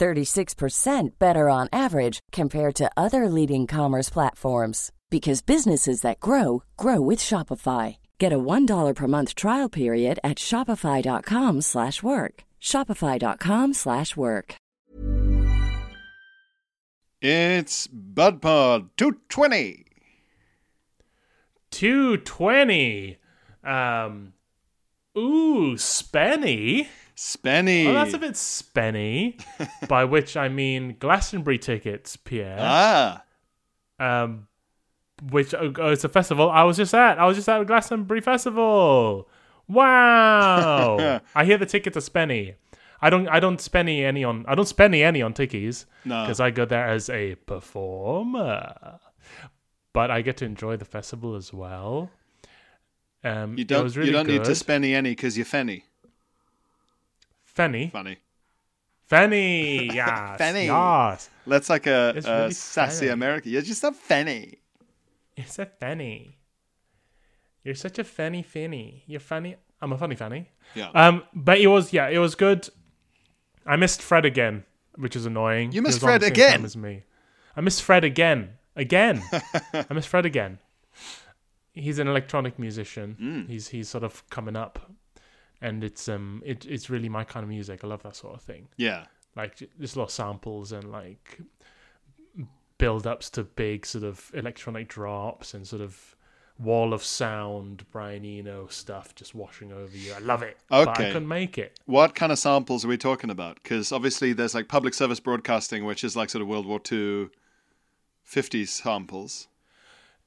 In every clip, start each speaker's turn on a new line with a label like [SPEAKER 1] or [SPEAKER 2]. [SPEAKER 1] 36% better on average compared to other leading commerce platforms because businesses that grow grow with Shopify. Get a $1 per month trial period at shopify.com/work. slash work. shopify.com/work. slash work.
[SPEAKER 2] It's BudPod 220.
[SPEAKER 3] 220. Um, ooh, Spenny.
[SPEAKER 2] Spenny.
[SPEAKER 3] Well, Oh, that's a bit Spenny, by which I mean Glastonbury tickets, Pierre.
[SPEAKER 2] Ah,
[SPEAKER 3] Um, which oh, oh, it's a festival I was just at. I was just at a Glastonbury festival. Wow! I hear the tickets are spenny. I don't. I don't spenny any on. I don't spenny any on tickies.
[SPEAKER 2] No.
[SPEAKER 3] because I go there as a performer. But I get to enjoy the festival as well. Um,
[SPEAKER 2] you
[SPEAKER 3] it
[SPEAKER 2] don't,
[SPEAKER 3] was really
[SPEAKER 2] you don't
[SPEAKER 3] good.
[SPEAKER 2] need to spenny any because you're fenny.
[SPEAKER 3] Fenny.
[SPEAKER 2] Funny.
[SPEAKER 3] Fenny, yes,
[SPEAKER 2] Fenny.
[SPEAKER 3] yes.
[SPEAKER 2] That's like a,
[SPEAKER 3] It's
[SPEAKER 2] a
[SPEAKER 3] really
[SPEAKER 2] sassy
[SPEAKER 3] fenny.
[SPEAKER 2] American. You're just a fenny.
[SPEAKER 3] It's a fanny. You're such a fanny finny. You're funny. I'm a funny fanny.
[SPEAKER 2] Yeah.
[SPEAKER 3] Um, but it was yeah, it was good. I missed Fred again, which is annoying. He
[SPEAKER 2] missed
[SPEAKER 3] was on
[SPEAKER 2] Fred
[SPEAKER 3] the same
[SPEAKER 2] again?
[SPEAKER 3] time As me, I missed Fred again, again. I missed Fred again. He's an electronic musician.
[SPEAKER 2] Mm.
[SPEAKER 3] He's he's sort of coming up, and it's um it, it's really my kind of music. I love that sort of thing
[SPEAKER 2] yeah.
[SPEAKER 3] like j- just a lot of samples and like build ups to big sort of electronic drops and sort of wall of sound Brian Eno stuff just washing over you. I love it. But I
[SPEAKER 2] Okay.
[SPEAKER 3] couldn't make it.
[SPEAKER 2] What kind of samples are we talking about? Because obviously there's like public service broadcasting, which is like sort of World War II 50s samples.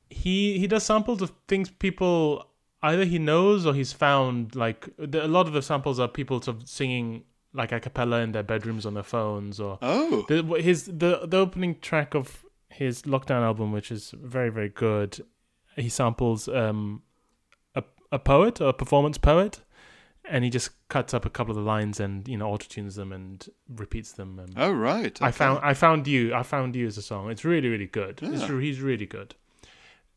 [SPEAKER 3] He he does samples of things people either he knows or he's found like the, a lot of the samples are people sort of singing like a cappella in their bedrooms on their phones or
[SPEAKER 2] Oh,
[SPEAKER 3] The, wh- his the the opening track of his lockdown album, which is very very good. He samples um, a a poet, a performance poet, and he just cuts up a couple of the lines and you know auto tunes them and repeats them. And
[SPEAKER 2] oh right.
[SPEAKER 3] I
[SPEAKER 2] okay.
[SPEAKER 3] found I found you I found you as a song. It's really really good. It's,
[SPEAKER 2] Yeah.
[SPEAKER 3] re- he's really good,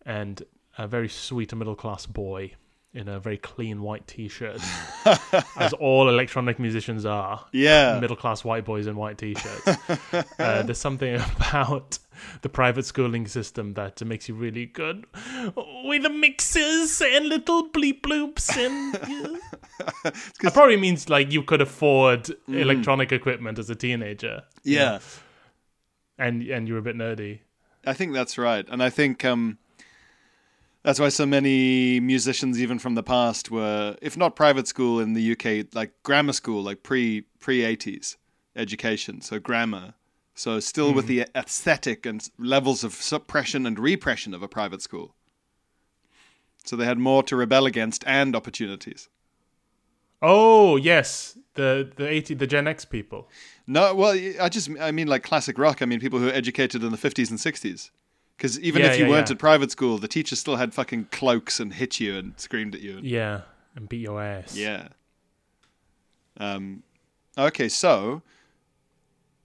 [SPEAKER 3] and a very sweet middle class boy in a very clean white t shirt, as all electronic musicians are
[SPEAKER 2] Yeah.
[SPEAKER 3] middle class white boys in white t-shirts. uh, there's something about the private schooling system that makes you really good with the mixes and little bleep bloops and. it probably means like you could afford electronic equipment as a teenager,
[SPEAKER 2] yeah.
[SPEAKER 3] and and you're a bit nerdy.
[SPEAKER 2] I think that's right, and I think um, that's why so many musicians, even from the past, were if not private school in the UK, like grammar school, like pre pre eighties education, so grammar, so still with the aesthetic and s- levels of suppression and repression of a private school. So they had more to rebel against and opportunities.
[SPEAKER 3] Oh yes, the the eighty the Gen X people.
[SPEAKER 2] No, well, I just I mean like classic rock. I mean people who were educated in the fifties and sixties. Because even
[SPEAKER 3] Yeah,
[SPEAKER 2] if you
[SPEAKER 3] yeah,
[SPEAKER 2] weren't
[SPEAKER 3] yeah.
[SPEAKER 2] at private school, the teachers still had fucking cloaks and hit you and screamed at you. And,
[SPEAKER 3] Yeah, and beat your ass.
[SPEAKER 2] yeah. Um, okay, so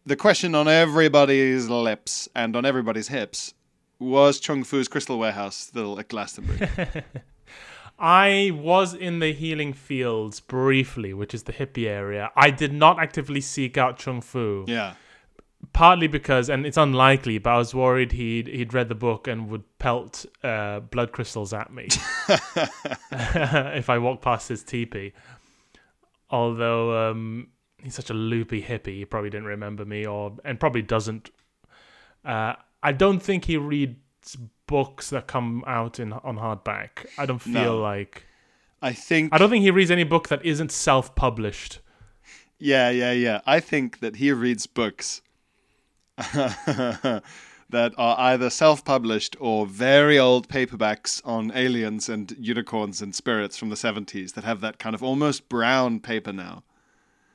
[SPEAKER 2] the question on everybody's lips and on everybody's hips was Chung Fu's Crystal Warehouse still at Glastonbury?
[SPEAKER 3] I was in the healing fields briefly, which is the hippie area. I did not actively seek out Chung Fu,
[SPEAKER 2] yeah.
[SPEAKER 3] partly because, and it's unlikely, but I was worried he'd he'd read the book and would pelt uh, blood crystals at me if I walked past his teepee. Although um, he's such a loopy hippie, he probably didn't remember me, or and probably doesn't. Uh, I don't think he reads books that come out in on hardback. I don't feel
[SPEAKER 2] No.
[SPEAKER 3] like.
[SPEAKER 2] I think.
[SPEAKER 3] I don't think he reads any book that isn't self-published.
[SPEAKER 2] Yeah, yeah, yeah. I think that he reads books that are either self published or very old paperbacks on aliens and unicorns and spirits from the 70s that have that kind of almost brown paper now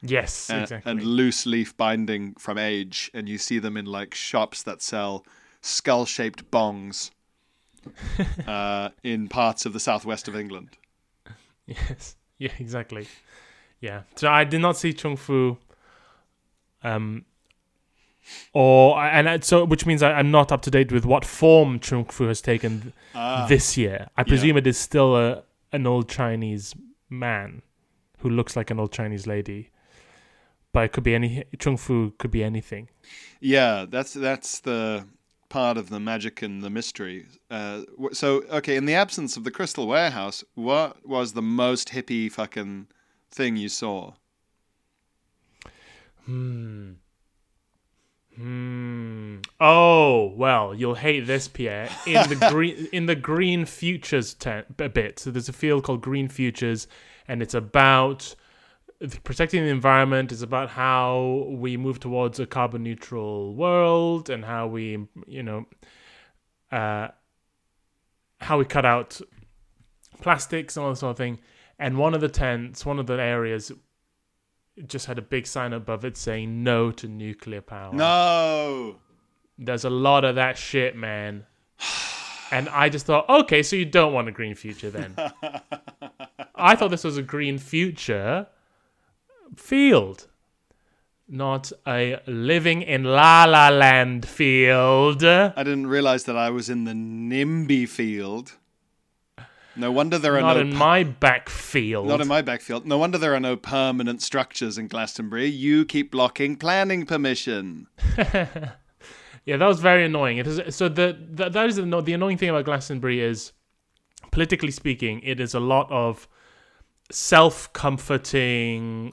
[SPEAKER 3] Yes,
[SPEAKER 2] and,
[SPEAKER 3] exactly.
[SPEAKER 2] and loose leaf binding from age. And you see them in like shops that sell skull shaped bongs uh, in parts of the southwest of England.
[SPEAKER 3] Yes. Yeah, exactly. Yeah. So I did not see Chung Fu. Um, or and I, so, which means I, I'm not up to date with what form Chung Fu has taken
[SPEAKER 2] Ah,
[SPEAKER 3] this year. I presume it is still a an old Chinese man who looks like an old Chinese lady, but it could be any Chung Fu could be anything.
[SPEAKER 2] yeah, that's that's the part of the magic and the mystery. Uh, wh- so okay, in the absence of the Crystal Warehouse, what was the most hippie fucking thing you saw?
[SPEAKER 3] Hmm. Hmm. Oh well, you'll hate this, Pierre. In the green, in the green futures te- a bit. So there's a field called Green Futures, and it's about protecting the environment. It's about how we move towards a carbon neutral world and how we, you know, uh, how we cut out plastics and all that sort of thing. And one of the tents, one of the areas just had a big sign above it saying no to nuclear power.
[SPEAKER 2] No.
[SPEAKER 3] There's a lot of that shit, man. And I just thought, okay, so you don't want a green future then. I thought this was a green future field, not a living in La La Land field.
[SPEAKER 2] I didn't realize that I was in the NIMBY field. No wonder there are
[SPEAKER 3] Not
[SPEAKER 2] no
[SPEAKER 3] in my back field.
[SPEAKER 2] Not in my backfield. No wonder there are no permanent structures in Glastonbury. You keep blocking planning permission.
[SPEAKER 3] Yeah, that was very annoying. It is so the, the that is the, anno- the annoying thing about Glastonbury is, politically speaking, it is a lot of self-comforting,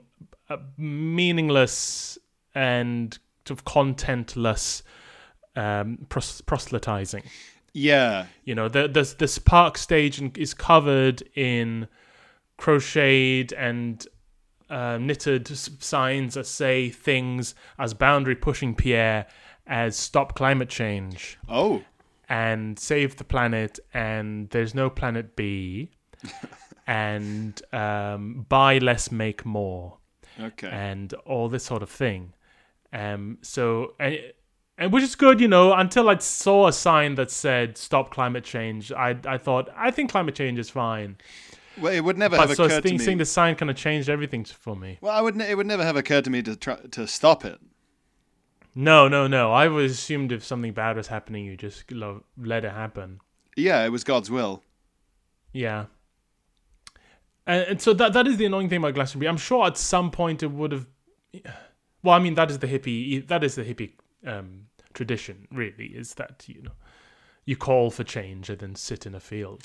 [SPEAKER 3] uh, meaningless, and sort of contentless um, pros- proselytizing.
[SPEAKER 2] Yeah,
[SPEAKER 3] You know, the, the this park stage in- is covered in crocheted and uh, knitted s- signs that say things as boundary pushing Pierre as stop climate change
[SPEAKER 2] Oh,
[SPEAKER 3] and save the planet and there's no planet B and um, buy less, make more
[SPEAKER 2] okay.
[SPEAKER 3] and all this sort of thing. Um, so and, and which is good, you know. Until I saw a sign that said "Stop climate change," I I thought I think climate change is fine.
[SPEAKER 2] Well, it would never
[SPEAKER 3] But
[SPEAKER 2] have
[SPEAKER 3] so
[SPEAKER 2] occurred
[SPEAKER 3] seeing,
[SPEAKER 2] to
[SPEAKER 3] seeing
[SPEAKER 2] me.
[SPEAKER 3] the sign kind of changed everything for me.
[SPEAKER 2] Well, I would. Ne- it would never have occurred to me to try to stop it.
[SPEAKER 3] No, no, no. I always assumed if something bad was happening, you just lo- let it happen.
[SPEAKER 2] Yeah, it was God's will.
[SPEAKER 3] Yeah. And, and so that that is the annoying thing about Glastonbury. I'm sure at some point it would have. Well, I mean that is the hippie e, that is the hippie um, tradition. Really, is that you know you call for change and then sit in a field.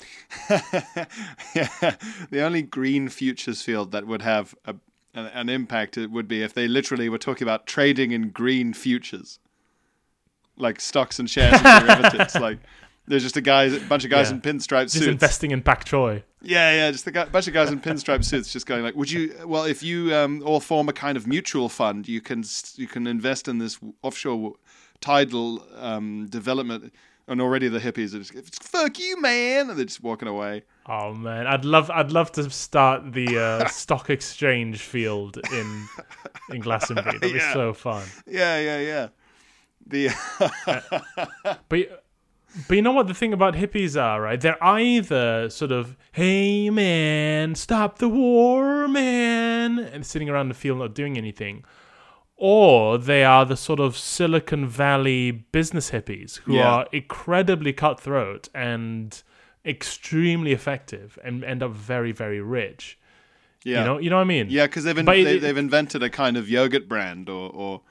[SPEAKER 2] yeah, the only green futures field that would have a, an, an impact it would be if they literally were talking about trading in green futures, like stocks and shares and derivatives. Like there's just a guy, a bunch of guys
[SPEAKER 3] Yeah.
[SPEAKER 2] in pinstripe
[SPEAKER 3] Just
[SPEAKER 2] suits.
[SPEAKER 3] investing in pak choi.
[SPEAKER 2] Yeah, yeah, just a guy, bunch of guys in pinstripe suits, just going like, "Would you? Well, if you um, all form a kind of mutual fund, you can s- you can invest in this offshore tidal um, development." And already the hippies are just "Fuck you, man!" and they're just walking away.
[SPEAKER 3] Oh man, I'd love I'd love to start the uh, stock exchange field in in Glastonbury. That'd
[SPEAKER 2] Yeah.
[SPEAKER 3] be so fun.
[SPEAKER 2] Yeah, yeah, yeah. The
[SPEAKER 3] But but you know what the thing about hippies are, right? They're either sort of "Hey man, stop the war, man," and sitting around the field not doing anything, or they are the sort of Silicon Valley business hippies who
[SPEAKER 2] Yeah.
[SPEAKER 3] are incredibly cutthroat and extremely effective and end up very very rich.
[SPEAKER 2] yeah,
[SPEAKER 3] You know, you know what I mean?
[SPEAKER 2] yeah, because they've in,
[SPEAKER 3] But it-
[SPEAKER 2] they, they've invented a kind of yogurt brand or or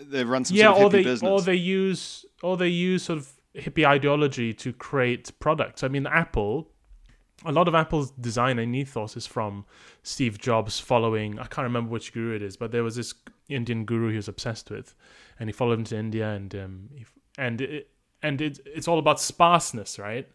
[SPEAKER 2] they've run some
[SPEAKER 3] yeah,
[SPEAKER 2] sort of
[SPEAKER 3] or
[SPEAKER 2] hippie
[SPEAKER 3] they
[SPEAKER 2] business.
[SPEAKER 3] or they use or they use sort of hippie ideology to create products. I mean, Apple. A lot of Apple's design and ethos is from Steve Jobs following. I can't remember which guru it is, but there was this Indian guru he was obsessed with, and he followed him to India, and um, he, and it, and it, it's all about sparseness, right?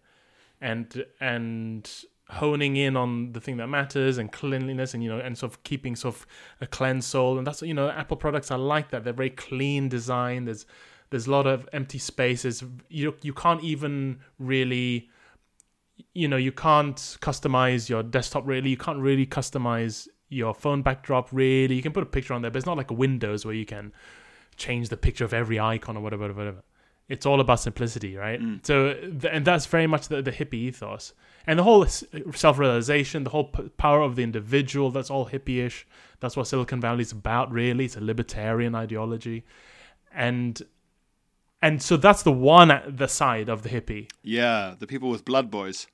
[SPEAKER 3] and and honing in on the thing that matters and cleanliness and you know and sort of keeping sort of a clean soul and that's you know apple products are like that they're very clean design there's there's a lot of empty spaces you you can't even really you know you can't customize your desktop really you can't really customize your phone backdrop really you can put a picture on there but it's not like windows where you can change the picture of every icon or whatever whatever, whatever it's all about simplicity, right? So, th- and that's very much the, the hippie ethos. And the whole s- self-realization, the whole p- power of the individual, that's all hippie-ish. That's what Silicon Valley's about, really. It's a libertarian ideology. And and so that's the one at the side of the hippie.
[SPEAKER 2] Yeah, the people with blood boys.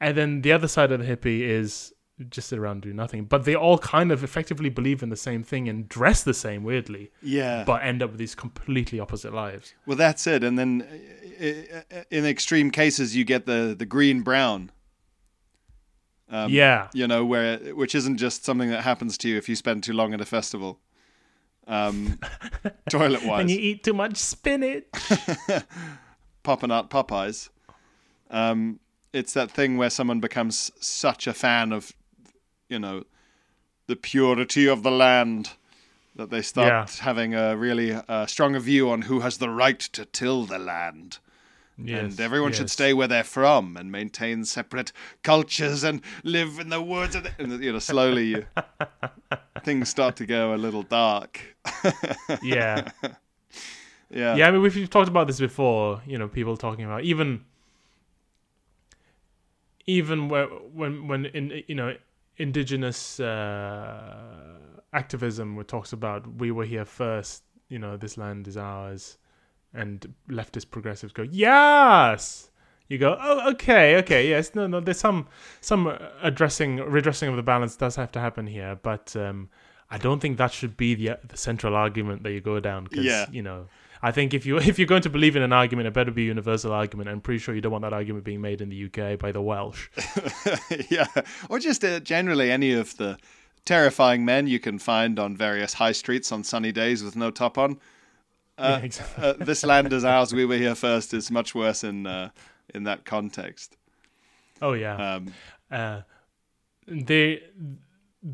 [SPEAKER 3] And then the other side of the hippie is just sit around and do nothing. But they all kind of effectively believe in the same thing and dress the same, weirdly,
[SPEAKER 2] Yeah.
[SPEAKER 3] but end up with these completely opposite lives.
[SPEAKER 2] Well, that's it. And then uh, uh, in extreme cases, you get the, the green brown,
[SPEAKER 3] yeah.
[SPEAKER 2] you know, where which isn't just something that happens to you if you spend too long at a festival. Um, toilet wise,
[SPEAKER 3] And you eat too much spinach.
[SPEAKER 2] popping out Popeyes. Um, it's that thing where someone becomes such a fan of, you know, the purity of the land that they start having a really uh, stronger view on who has the right to till the land.
[SPEAKER 3] Yes,
[SPEAKER 2] and everyone should
[SPEAKER 3] yes.
[SPEAKER 2] stay where they're from and maintain separate cultures and live in the woods. And, and you know, slowly you, things start to go a little dark.
[SPEAKER 3] Yeah.
[SPEAKER 2] Yeah.
[SPEAKER 3] yeah, I mean, we've, we've talked about this before. You know, people talking about even, even where, when when in you know indigenous uh, activism, where it talks about we were here first. You know, this land is ours, and leftist progressives go yes. You go oh okay okay yes no no there's some some addressing redressing of the balance does have to happen here but um, I don't think that should be the the central argument that you go down because
[SPEAKER 2] Yeah.
[SPEAKER 3] you know I think if you if you're going to believe in an argument, it better be a universal argument. I'm pretty sure you don't want that argument being made in the UK by the Welsh.
[SPEAKER 2] yeah, or just uh, generally any of the terrifying men you can find on various high streets on sunny days with no top on. Uh,
[SPEAKER 3] Yeah, exactly.
[SPEAKER 2] uh, this land is ours. We were here first. Is much worse in uh, in that context.
[SPEAKER 3] Oh yeah.
[SPEAKER 2] Um,
[SPEAKER 3] Uh, they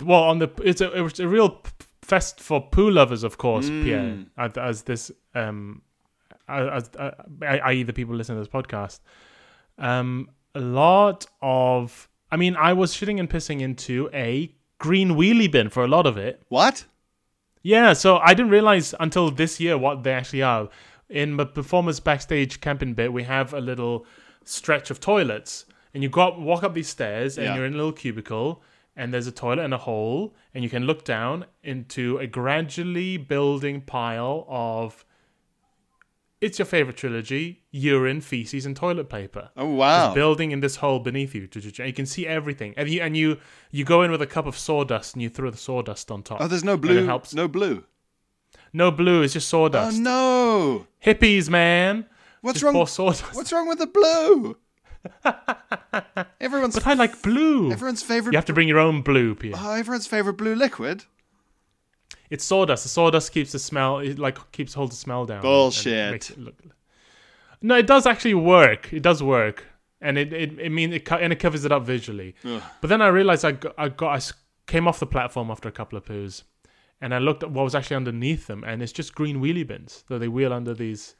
[SPEAKER 3] well on the it's a it's a real p- fest for poo lovers, of course, Pierre. As, as this um, as, as I, i.e. the people listening to this podcast, um, a lot of I mean, I was shitting and pissing into a green wheelie bin for a lot of it.
[SPEAKER 2] what?
[SPEAKER 3] Yeah, so I didn't realize until this year what they actually are. In the performers backstage camping bit, we have a little stretch of toilets, and you go up, walk up these stairs, and
[SPEAKER 2] Yeah.
[SPEAKER 3] you're in a little cubicle, and there's a toilet and a hole, and you can look down into a gradually building pile of. It's your favorite trilogy: urine, feces, and toilet paper
[SPEAKER 2] Oh
[SPEAKER 3] just
[SPEAKER 2] wow!
[SPEAKER 3] building in this hole beneath you. And you can see everything. And you and you you go in with a cup of sawdust and you throw the sawdust on top.
[SPEAKER 2] oh, there's no
[SPEAKER 3] And
[SPEAKER 2] blue.
[SPEAKER 3] It helps. No,
[SPEAKER 2] No blue.
[SPEAKER 3] blue. It's just
[SPEAKER 2] Oh
[SPEAKER 3] sawdust.
[SPEAKER 2] no!
[SPEAKER 3] Hippies, man.
[SPEAKER 2] What's
[SPEAKER 3] just
[SPEAKER 2] wrong?
[SPEAKER 3] Pour sawdust.
[SPEAKER 2] What's wrong with the blue? everyone's
[SPEAKER 3] But I like blue.
[SPEAKER 2] everyone's favorite.
[SPEAKER 3] you have to bring your own blue, Pierre.
[SPEAKER 2] oh, everyone's favorite blue liquid.
[SPEAKER 3] It's sawdust. The sawdust keeps the smell. It like keeps holds the smell down. and
[SPEAKER 2] Bullshit.
[SPEAKER 3] makes it look- No, it does actually work. It does work, and it it, it means it co- and it covers it up visually. But then I realized I got, I got I s- came off the platform after a couple of poos, and I looked at what was actually underneath them, and it's just green wheelie bins that they wheel under these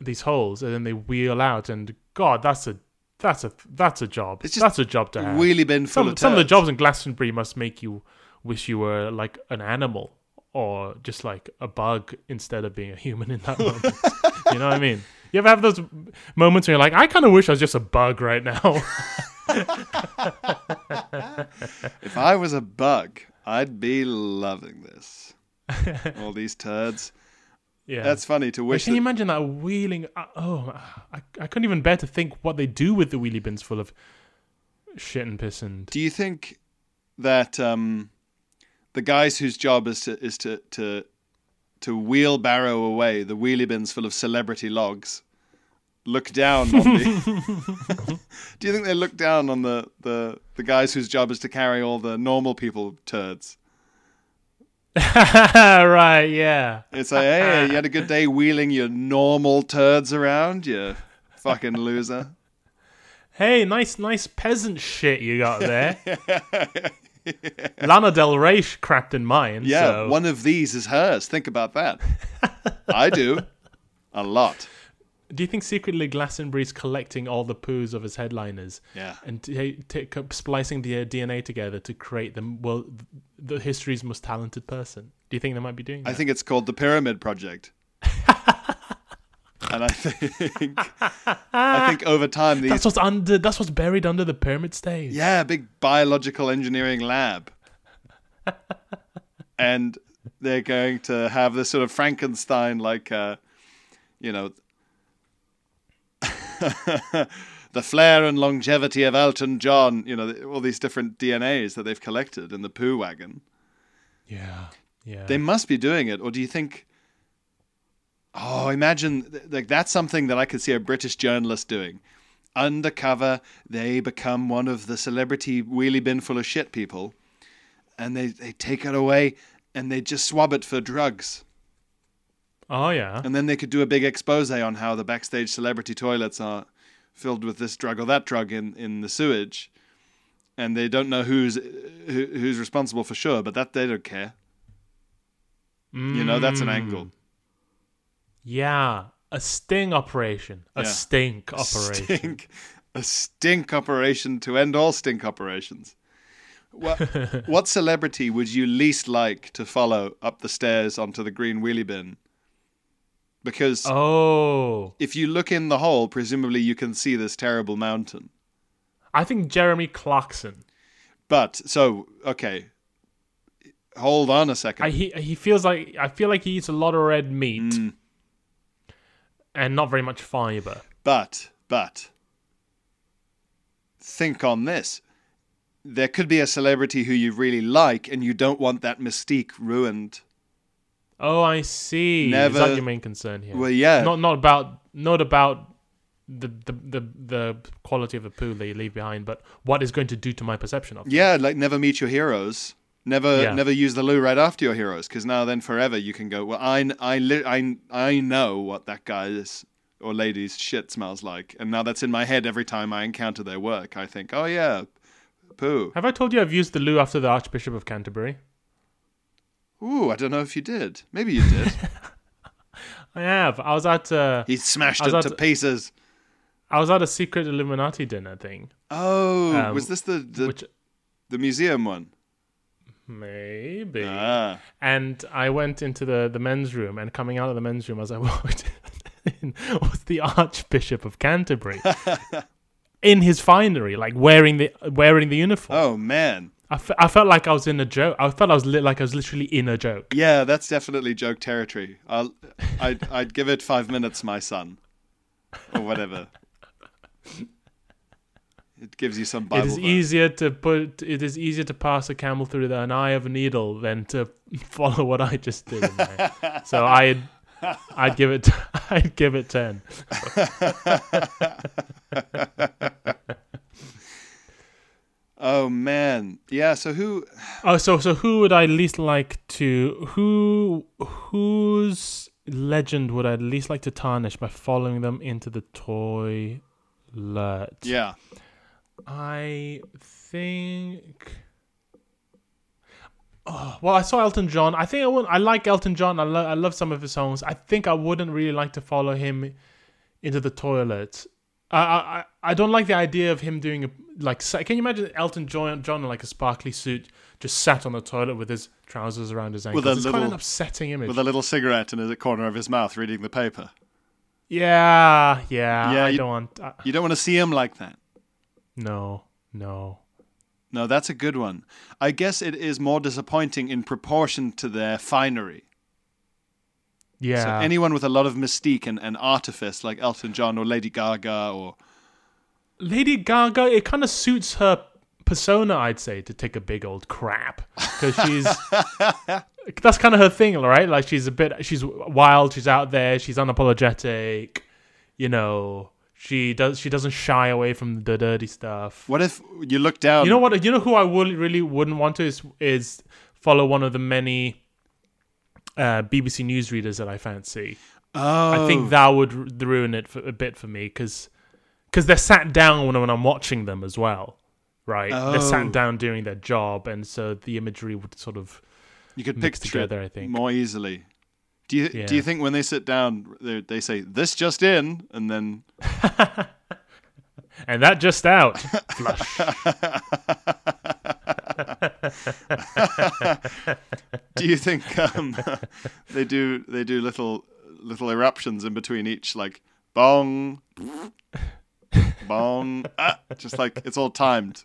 [SPEAKER 3] these holes, and then they wheel out. And God, that's a that's a that's a job.
[SPEAKER 2] It's just
[SPEAKER 3] that's a job to have
[SPEAKER 2] Wheelie bin full
[SPEAKER 3] some,
[SPEAKER 2] of
[SPEAKER 3] some of the
[SPEAKER 2] turds.
[SPEAKER 3] jobs in Glastonbury must make you wish you were like an animal or just like a bug instead of being a human in that moment. you know what I mean? You ever have those moments where you're like, I kind of wish I was just a bug right now.
[SPEAKER 2] If I was a bug, I'd be loving this. All these turds.
[SPEAKER 3] yeah,
[SPEAKER 2] That's funny to
[SPEAKER 3] Like,
[SPEAKER 2] wish.
[SPEAKER 3] Can you
[SPEAKER 2] That,
[SPEAKER 3] imagine that wheeling? Uh, oh, I, I couldn't even bear to think what they do with the wheelie bins full of shit and piss and.
[SPEAKER 2] do you think that um, the guys whose job is to is to to to wheelbarrow away the wheelie bins full of celebrity logs look down on the? do you think they look down on the, the the guys whose job is to carry all the normal people turds?
[SPEAKER 3] right, yeah.
[SPEAKER 2] It's like, hey, you had a good day wheeling your normal turds around, you fucking loser.
[SPEAKER 3] Hey, nice, nice peasant shit you got there. Lana Del Rey sh- crapped in mine.
[SPEAKER 2] Yeah,
[SPEAKER 3] so.
[SPEAKER 2] one of these is hers. Think about that. I do. A lot.
[SPEAKER 3] Do you think secretly Glastonbury's collecting all the poos of his headliners?
[SPEAKER 2] Yeah.
[SPEAKER 3] And t- t- c- splicing the uh, DNA together to create the well, the history's most talented person. Do you think they might be doing that?
[SPEAKER 2] I think it's called the Pyramid Project. and I think I think over time these
[SPEAKER 3] That's what's under. That's what's buried under the pyramid stage.
[SPEAKER 2] yeah big biological engineering lab, and they're going to have this sort of Frankenstein like uh, you know the flair and longevity of Elton John you know all these different DNAs that they've collected in the poo wagon.
[SPEAKER 3] Yeah. Yeah.
[SPEAKER 2] They must be doing it, or do you think? Oh, imagine th- like that's something that I could see a British journalist doing. Undercover, they become one of the celebrity wheelie bin full of shit people, and they they take it away and they just swab it for drugs,
[SPEAKER 3] oh yeah.
[SPEAKER 2] and then they could do a big expose on how the backstage celebrity toilets are filled with this drug or that drug in in the sewage, and they don't know who's who, who's responsible for sure, but that they don't care. You know, that's an angle.
[SPEAKER 3] Mm. Yeah. A sting operation. A
[SPEAKER 2] Yeah.
[SPEAKER 3] stink operation.
[SPEAKER 2] Stink, a stink operation to end all stink operations. What, what celebrity would you least like to follow up the stairs onto the green wheelie bin? Because
[SPEAKER 3] Oh.
[SPEAKER 2] if you look in the hole, presumably you can see this terrible mountain.
[SPEAKER 3] I think Jeremy Clarkson.
[SPEAKER 2] But so okay, hold on a second.
[SPEAKER 3] I, he he feels like I feel like he eats a lot of red meat
[SPEAKER 2] Mm. Hmm.
[SPEAKER 3] and not very much fiber.
[SPEAKER 2] But, but, think on this. There could be a celebrity who you really like and you don't want that mystique ruined.
[SPEAKER 3] Oh, I see.
[SPEAKER 2] Never-
[SPEAKER 3] Is that your main concern here?
[SPEAKER 2] Well, yeah.
[SPEAKER 3] Not not about not about the the, the the quality of the poo that you leave behind, but what is going to do to my perception of. it.
[SPEAKER 2] Yeah, like never meet your heroes. Never,
[SPEAKER 3] Yeah.
[SPEAKER 2] never use the loo right after your heroes, because now then forever you can go. Well, I, kn- I, li- I, kn- I know what that guy's or lady's shit smells like, and now that's in my head every time I encounter their work. I think, oh yeah, poo.
[SPEAKER 3] Have I told you I've used the loo after the Archbishop of Canterbury?
[SPEAKER 2] Ooh, I don't know if you did. Maybe you did.
[SPEAKER 3] I have. I was at uh,
[SPEAKER 2] he smashed
[SPEAKER 3] I was
[SPEAKER 2] it
[SPEAKER 3] out
[SPEAKER 2] to
[SPEAKER 3] to-
[SPEAKER 2] pieces.
[SPEAKER 3] I was at a secret Illuminati dinner thing,
[SPEAKER 2] Oh,
[SPEAKER 3] Um,
[SPEAKER 2] was this the the,
[SPEAKER 3] which
[SPEAKER 2] the museum one?
[SPEAKER 3] maybe.
[SPEAKER 2] Ah,
[SPEAKER 3] and I went into the, the men's room, and coming out of the men's room as I walked in was the Archbishop of Canterbury in his finery, like wearing the wearing the uniform.
[SPEAKER 2] oh man,
[SPEAKER 3] I, fe- I felt like I was in a joke. I felt I was li- like I was literally in a joke.
[SPEAKER 2] yeah, that's definitely joke territory. I'll, I'd, I'd give it five minutes, my son, or whatever. It gives you some Bible.
[SPEAKER 3] it is
[SPEAKER 2] verse.
[SPEAKER 3] easier to put. It is easier to pass a camel through the, an eye of a needle than to follow what I just did. in there. so I, I'd give it. I'd give it ten.
[SPEAKER 2] Oh man, yeah. So who?
[SPEAKER 3] Oh, so so who would I least like to who whose legend would I least like to tarnish by following them into the toilet?
[SPEAKER 2] Yeah,
[SPEAKER 3] I think. Oh, well, I saw Elton John. I think I would. I like Elton John. I, lo- I love some of his songs. I think I wouldn't really like to follow him into the toilet. I I I- I don't like the idea of him doing a like. sa- Can you imagine Elton John, John in like a sparkly suit, just sat on the toilet with his trousers around his ankles?
[SPEAKER 2] a
[SPEAKER 3] it's quite an
[SPEAKER 2] little-
[SPEAKER 3] upsetting image.
[SPEAKER 2] with a little cigarette in the corner of his mouth, reading the paper.
[SPEAKER 3] yeah, yeah.
[SPEAKER 2] Yeah,
[SPEAKER 3] I
[SPEAKER 2] you-
[SPEAKER 3] don't want. I,
[SPEAKER 2] You don't want to see him like that.
[SPEAKER 3] no, no.
[SPEAKER 2] No, that's a good one. I guess it is more disappointing in proportion to their finery.
[SPEAKER 3] Yeah.
[SPEAKER 2] So anyone with a lot of mystique and, and artifice, like Elton John or Lady Gaga, or
[SPEAKER 3] Lady Gaga, it kind of suits her persona, I'd say, to take a big old crap because she's that's kind of her thing, right? Like she's a bit, she's wild, she's out there, she's unapologetic, you know. She does, she doesn't shy away from the dirty stuff.
[SPEAKER 2] what if you look down?
[SPEAKER 3] You know what? You know who I would really wouldn't want to is is follow one of the many uh, BBC newsreaders that I fancy.
[SPEAKER 2] Oh,
[SPEAKER 3] I think that would ru- ruin it for, a bit for me because they're sat down when, when I'm watching them as well, right? They're
[SPEAKER 2] Oh.
[SPEAKER 3] sat down doing their job, and so the imagery would sort of
[SPEAKER 2] you could
[SPEAKER 3] mixed
[SPEAKER 2] picture
[SPEAKER 3] together,
[SPEAKER 2] it
[SPEAKER 3] I think.
[SPEAKER 2] more easily. Do you
[SPEAKER 3] Yeah.
[SPEAKER 2] do you think when they sit down, they they say this just in, and then
[SPEAKER 3] and that just out flush.
[SPEAKER 2] do you think um, they do they do little little eruptions in between each like bong, bong, ah, just like it's all timed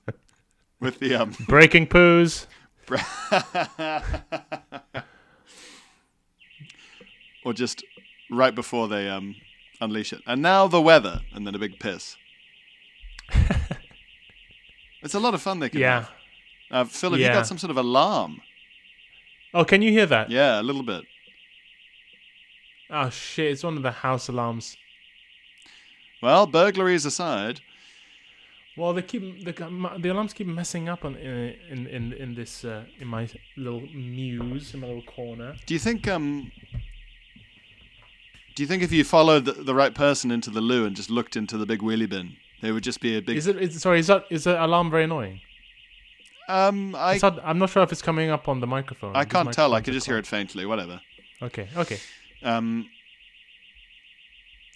[SPEAKER 2] with the um.
[SPEAKER 3] Breaking poos.
[SPEAKER 2] or just right before they um, unleash it. And now the weather, and then a big piss. it's a lot of fun. They can
[SPEAKER 3] Yeah.
[SPEAKER 2] have. Uh, Phil, have you
[SPEAKER 3] Yeah.
[SPEAKER 2] got some sort of alarm?
[SPEAKER 3] Oh, can you hear that?
[SPEAKER 2] Yeah, a little bit.
[SPEAKER 3] Oh shit! It's one of the house alarms.
[SPEAKER 2] Well, burglaries aside,
[SPEAKER 3] Well, they keep the the alarms keep messing up on in in in, in this uh, in my little muse in my little corner.
[SPEAKER 2] do you think um, do you think if you followed the, the right person into the loo and just looked into the big wheelie bin, there would just be a big
[SPEAKER 3] Is it? Is, sorry, is that is that alarm very annoying?
[SPEAKER 2] um? I
[SPEAKER 3] It's not, I'm not sure if it's coming up on the microphone.
[SPEAKER 2] I
[SPEAKER 3] These
[SPEAKER 2] can't tell. I
[SPEAKER 3] microphones
[SPEAKER 2] can
[SPEAKER 3] are
[SPEAKER 2] just hear it faintly. Whatever.
[SPEAKER 3] cool. Okay, okay.
[SPEAKER 2] um,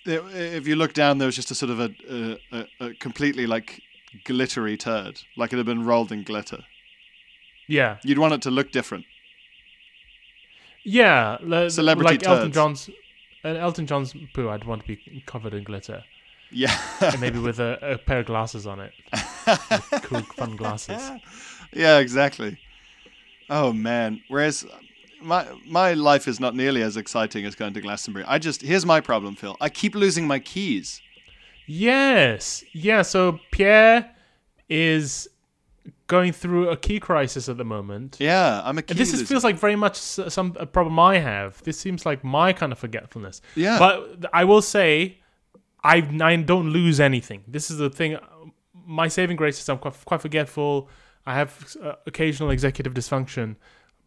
[SPEAKER 2] there- if you look down, there was just a sort of a, a, a, a completely like glittery turd, like it had been rolled in glitter.
[SPEAKER 3] Yeah,
[SPEAKER 2] You'd want it to look different.
[SPEAKER 3] yeah. le-
[SPEAKER 2] Celebrity
[SPEAKER 3] like Elton
[SPEAKER 2] turds.
[SPEAKER 3] John's. Uh, Elton John's poo. I'd want to be covered in glitter,
[SPEAKER 2] Yeah,
[SPEAKER 3] and maybe with a, a pair of glasses on it. Like cool, fun glasses.
[SPEAKER 2] yeah, exactly. Oh man, whereas my my life is not nearly as exciting as going to Glastonbury. I just here's my problem, Phil. I keep losing my keys.
[SPEAKER 3] Yes. Yeah. So Pierre is going through a key crisis at the moment.
[SPEAKER 2] Yeah, I'm a key
[SPEAKER 3] And this is,
[SPEAKER 2] loser.
[SPEAKER 3] feels like very much s- some a problem I have. This seems like my kind of forgetfulness.
[SPEAKER 2] Yeah.
[SPEAKER 3] But th- I will say, I I don't lose anything. This is the thing. My saving grace is I'm quite, quite forgetful. I have uh, occasional executive dysfunction,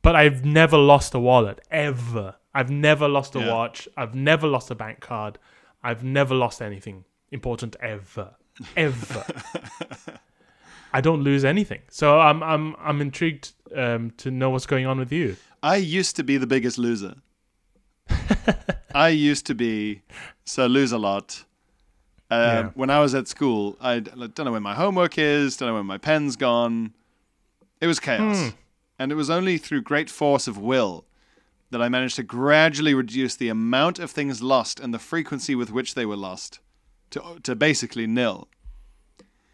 [SPEAKER 3] but I've never lost a wallet ever. I've never lost a
[SPEAKER 2] Yeah.
[SPEAKER 3] watch. I've never lost a bank card. I've never lost anything important ever, ever. I don't lose anything. So I'm I'm I'm intrigued um, to know what's going on with you.
[SPEAKER 2] I used to be the biggest loser. I used to be so lose a lot. Um,
[SPEAKER 3] Yeah.
[SPEAKER 2] When I was at school, I d- like, don't know where my homework is, don't know where my pen's gone. It was chaos. And it was only through great force of will that I managed to gradually reduce the amount of things lost and the frequency with which they were lost to, to basically nil.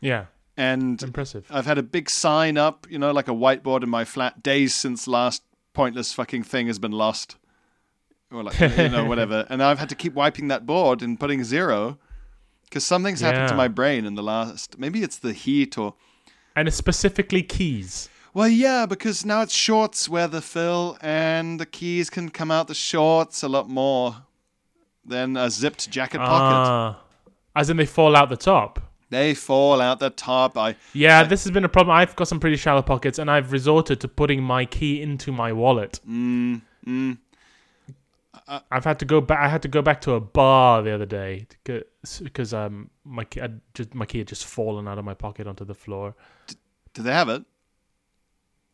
[SPEAKER 3] Yeah,
[SPEAKER 2] And
[SPEAKER 3] impressive.
[SPEAKER 2] I've had a big sign up, you know, like a whiteboard in my flat. Days since last pointless fucking thing has been lost, or like you know whatever. And I've had to keep wiping that board and putting zero because something's happened to
[SPEAKER 3] Yeah.
[SPEAKER 2] my brain in the last. Maybe it's the heat or
[SPEAKER 3] And it's specifically keys.
[SPEAKER 2] well, yeah, because now it's shorts weather, Phil, and the keys can come out the shorts a lot more than a zipped jacket pocket.
[SPEAKER 3] Ah, as in they fall out the top.
[SPEAKER 2] They fall out the top. I
[SPEAKER 3] Yeah, this has been a problem. I've got some pretty shallow pockets, and I've resorted to putting my key into my wallet.
[SPEAKER 2] Mm,
[SPEAKER 3] I've had to go back. I had to go back to a bar the other day because um my key, I'd just, my key had just fallen out of my pocket onto the floor.
[SPEAKER 2] do they have it?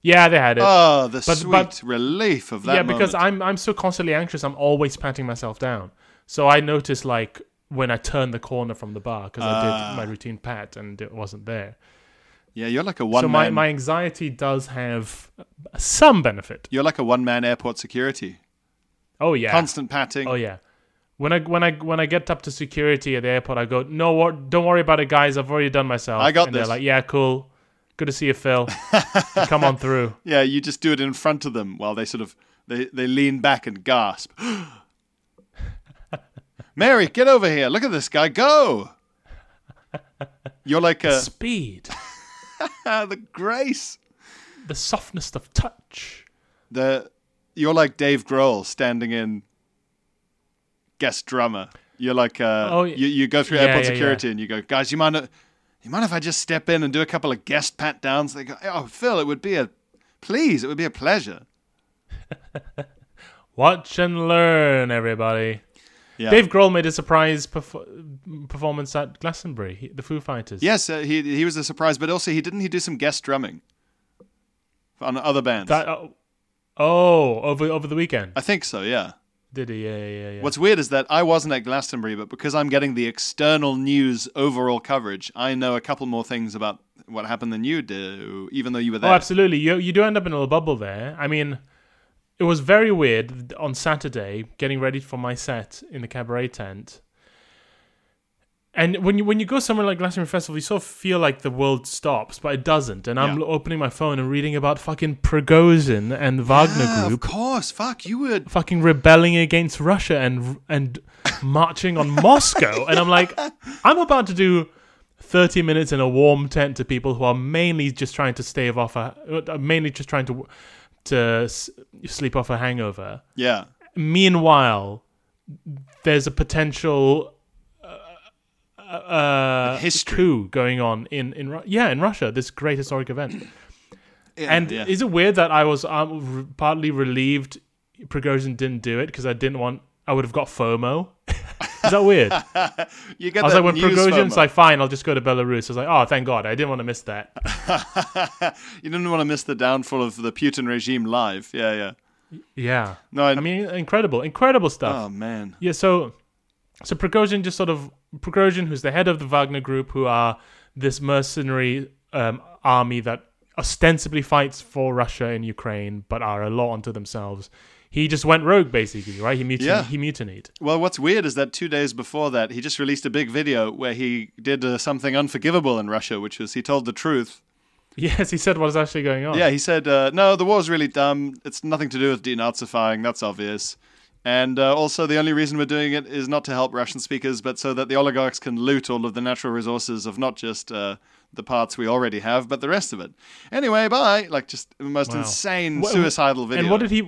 [SPEAKER 3] Yeah, they had it.
[SPEAKER 2] Oh, the
[SPEAKER 3] But-
[SPEAKER 2] sweet
[SPEAKER 3] but-
[SPEAKER 2] relief of that.
[SPEAKER 3] yeah, because
[SPEAKER 2] moment.
[SPEAKER 3] I'm I'm so constantly anxious. I'm always patting myself down. So I noticed like when I turned the corner from the bar because I
[SPEAKER 2] Ah.
[SPEAKER 3] did my routine pat and it wasn't there.
[SPEAKER 2] Yeah, you're like a one
[SPEAKER 3] so my,
[SPEAKER 2] man.
[SPEAKER 3] my anxiety does have some benefit.
[SPEAKER 2] You're like a one man airport security.
[SPEAKER 3] Oh yeah.
[SPEAKER 2] Constant patting.
[SPEAKER 3] Oh yeah. When I when I when I get up to security at the airport, I go, "No, wor- don't worry about it, guys. I've already done myself."
[SPEAKER 2] I got
[SPEAKER 3] and
[SPEAKER 2] this.
[SPEAKER 3] They're like, "Yeah, cool. Good to see you, Phil. Come on through."
[SPEAKER 2] Yeah, you just do it in front of them while they sort of they, they lean back and gasp. Mary, get over here. Look at this guy go. You're like a,
[SPEAKER 3] Speed,
[SPEAKER 2] ah, the grace.
[SPEAKER 3] the softness of touch.
[SPEAKER 2] The you're like Dave Grohl standing in guest drummer. You're like uh,
[SPEAKER 3] Oh, y-
[SPEAKER 2] you, you go through
[SPEAKER 3] yeah,
[SPEAKER 2] airport
[SPEAKER 3] yeah,
[SPEAKER 2] security and you go, guys, you mind you mind if I just step in and do a couple of guest pat downs? They go, oh Phil, it would be a please, it would be a pleasure.
[SPEAKER 3] Watch and learn, everybody.
[SPEAKER 2] Yeah.
[SPEAKER 3] Dave Grohl made a surprise perf- performance at Glastonbury, he- the Foo Fighters.
[SPEAKER 2] Yes, uh, he he was a surprise, but also he didn't he do some guest drumming on other bands.
[SPEAKER 3] That, uh, oh, over over the weekend.
[SPEAKER 2] I think so. Yeah.
[SPEAKER 3] Did he? Yeah, yeah, yeah. yeah.
[SPEAKER 2] What's weird is that I wasn't at Glastonbury, but because I'm getting the external news overall coverage, I know a couple more things about what happened than you do, even though you were
[SPEAKER 3] oh,
[SPEAKER 2] there.
[SPEAKER 3] absolutely. You you do end up in a little bubble there. I mean, it was very weird on Saturday getting ready for my set in the cabaret tent. And when you when you go somewhere like Glastonbury Festival, you sort of feel like the world stops, but it doesn't. And I'm
[SPEAKER 2] Yeah.
[SPEAKER 3] opening my phone and reading about fucking Prigozhin and Wagner
[SPEAKER 2] Ah, of
[SPEAKER 3] Group Uh,
[SPEAKER 2] course. Fuck, you were.
[SPEAKER 3] fucking rebelling against Russia and and marching on Moscow. And I'm like, I'm about to do 30 minutes in a warm tent to people who are mainly just trying to stave off a uh, mainly just trying to to s- sleep off a hangover.
[SPEAKER 2] Yeah.
[SPEAKER 3] Meanwhile, there's a potential uh, uh,
[SPEAKER 2] History.
[SPEAKER 3] coup going on in in Ru- yeah in Russia. This great historic event.
[SPEAKER 2] yeah
[SPEAKER 3] And
[SPEAKER 2] yeah.
[SPEAKER 3] is it weird that I was um, r- partly relieved Prigozhin didn't do it because I didn't want I would have got FOMO. is that weird? I
[SPEAKER 2] you get
[SPEAKER 3] was
[SPEAKER 2] that
[SPEAKER 3] like, when
[SPEAKER 2] news
[SPEAKER 3] Prigozhin's
[SPEAKER 2] FOMO.
[SPEAKER 3] like, fine, I'll just go to Belarus. I was like, oh, thank God, I didn't want to miss that.
[SPEAKER 2] you didn't want to miss the downfall of the Putin regime live. Yeah, yeah.
[SPEAKER 3] Yeah,
[SPEAKER 2] No, I,
[SPEAKER 3] I mean, uh, incredible, incredible stuff.
[SPEAKER 2] oh man.
[SPEAKER 3] Yeah, so so Prigozhin just sort of Prigozhin, who's the head of the Wagner Group, who are this mercenary um, army that ostensibly fights for Russia and Ukraine, but are a law unto themselves. He just went rogue, basically, right? He mutinied.
[SPEAKER 2] Yeah.
[SPEAKER 3] He mutinied.
[SPEAKER 2] Well, what's weird is that two days before that, he just released a big video where he did uh, something unforgivable in Russia, which was he told the truth.
[SPEAKER 3] Yes, he said what is actually going on.
[SPEAKER 2] Yeah, he said, uh, "No, the war's really dumb. It's nothing to do with denazifying. That's obvious." And uh, also, the only reason we're doing it is not to help Russian speakers, but so that the oligarchs can loot all of the natural resources of not just uh, the parts we already have, but the rest of it. Anyway, bye. Like just the most
[SPEAKER 3] Wow.
[SPEAKER 2] insane
[SPEAKER 3] Wha-
[SPEAKER 2] suicidal video
[SPEAKER 3] And what did he?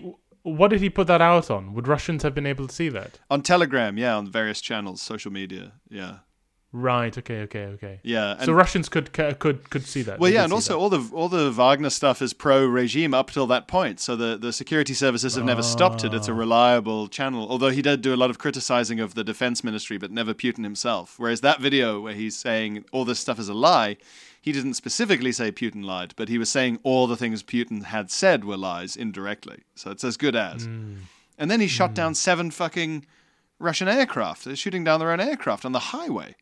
[SPEAKER 3] What did he put that out on? Would Russians have been able to see that?
[SPEAKER 2] on Telegram, yeah, on various channels, social media, yeah,
[SPEAKER 3] Right. Okay. Okay. Okay.
[SPEAKER 2] yeah. And
[SPEAKER 3] so Russians could could could see that.
[SPEAKER 2] Well,
[SPEAKER 3] They
[SPEAKER 2] yeah,
[SPEAKER 3] did
[SPEAKER 2] and also
[SPEAKER 3] see that.
[SPEAKER 2] all the all the Wagner stuff is pro regime up till that point. So the, the security services have never stopped it.
[SPEAKER 3] Ah.
[SPEAKER 2] It's a reliable channel. Although he did do a lot of criticizing of the defense ministry, but never Putin himself. Whereas that video where he's saying all this stuff is a lie, he didn't specifically say Putin lied, but he was saying all the things Putin had said were lies indirectly. So it's as good as.
[SPEAKER 3] Hmm.
[SPEAKER 2] And then he shot down seven fucking Russian aircraft. They're shooting down their own aircraft on the highway.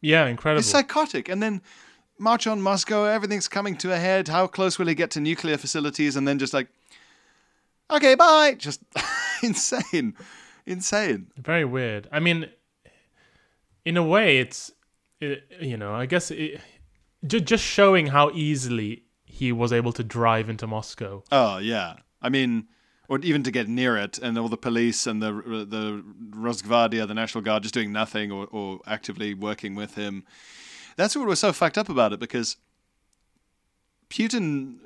[SPEAKER 3] yeah, incredible.
[SPEAKER 2] It's psychotic. And then march on Moscow, everything's coming to a head. How close will he get to nuclear facilities? And then just like, okay, bye. Just insane. Insane.
[SPEAKER 3] very weird i mean in a way it's it, you know i guess it, ju- just showing how easily he was able to drive into moscow
[SPEAKER 2] Oh, yeah. I mean, or even to get near it, and all the police and the the Rosgvardia, the National Guard, just doing nothing or, or actively working with him. That's what was so fucked up about it because Putin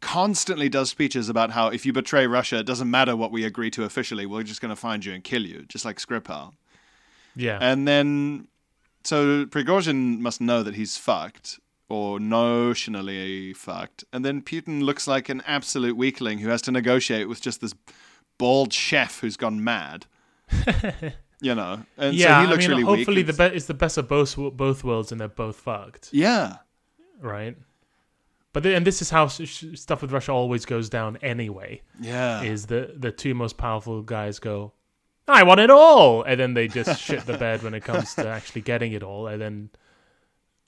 [SPEAKER 2] constantly does speeches about how if you betray Russia, it doesn't matter what we agree to officially. We're just going to find you and kill you, just like Skripal.
[SPEAKER 3] yeah
[SPEAKER 2] And then, so Prigozhin must know that he's fucked or notionally fucked. And then Putin looks like an absolute weakling who has to negotiate with just this bald chef who's gone mad. you know, and
[SPEAKER 3] yeah
[SPEAKER 2] so he looks
[SPEAKER 3] i mean
[SPEAKER 2] really
[SPEAKER 3] hopefully
[SPEAKER 2] weak.
[SPEAKER 3] the be- it's the best of both both worlds and they're both fucked
[SPEAKER 2] yeah,
[SPEAKER 3] right but the, and this is how s- sh- stuff with russia always goes down anyway
[SPEAKER 2] yeah,
[SPEAKER 3] is the the two most powerful guys go i want it all and then they just shit the bed when it comes to actually getting it all and then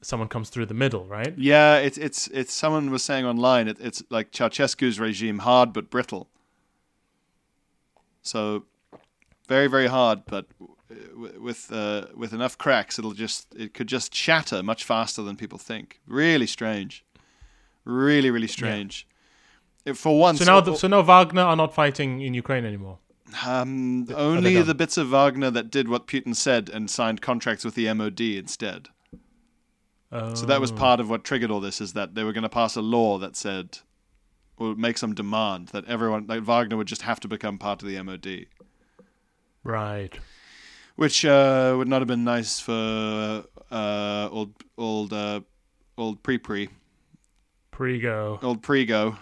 [SPEAKER 3] someone comes through the middle right
[SPEAKER 2] yeah. It's it's it's. Someone was saying online, it, it's like Ceausescu's regime, hard but brittle. So, very very hard, but w- with uh, with enough cracks, it'll just it could just shatter much faster than people think. Really strange, really really strange. If For once,
[SPEAKER 3] So now, the, so now Wagner are not fighting in Ukraine anymore.
[SPEAKER 2] um, only
[SPEAKER 3] done?
[SPEAKER 2] the bits of Wagner that did what Putin said and signed contracts with the MOD instead.
[SPEAKER 3] Oh,
[SPEAKER 2] So that was part of what triggered all this is that they were going to pass a law that said, or make some demand that everyone, like Wagner would just have to become part of the MOD,
[SPEAKER 3] right.
[SPEAKER 2] which uh, would not have been nice for uh, old, old, uh, old pre pre,
[SPEAKER 3] Prego,
[SPEAKER 2] old prego.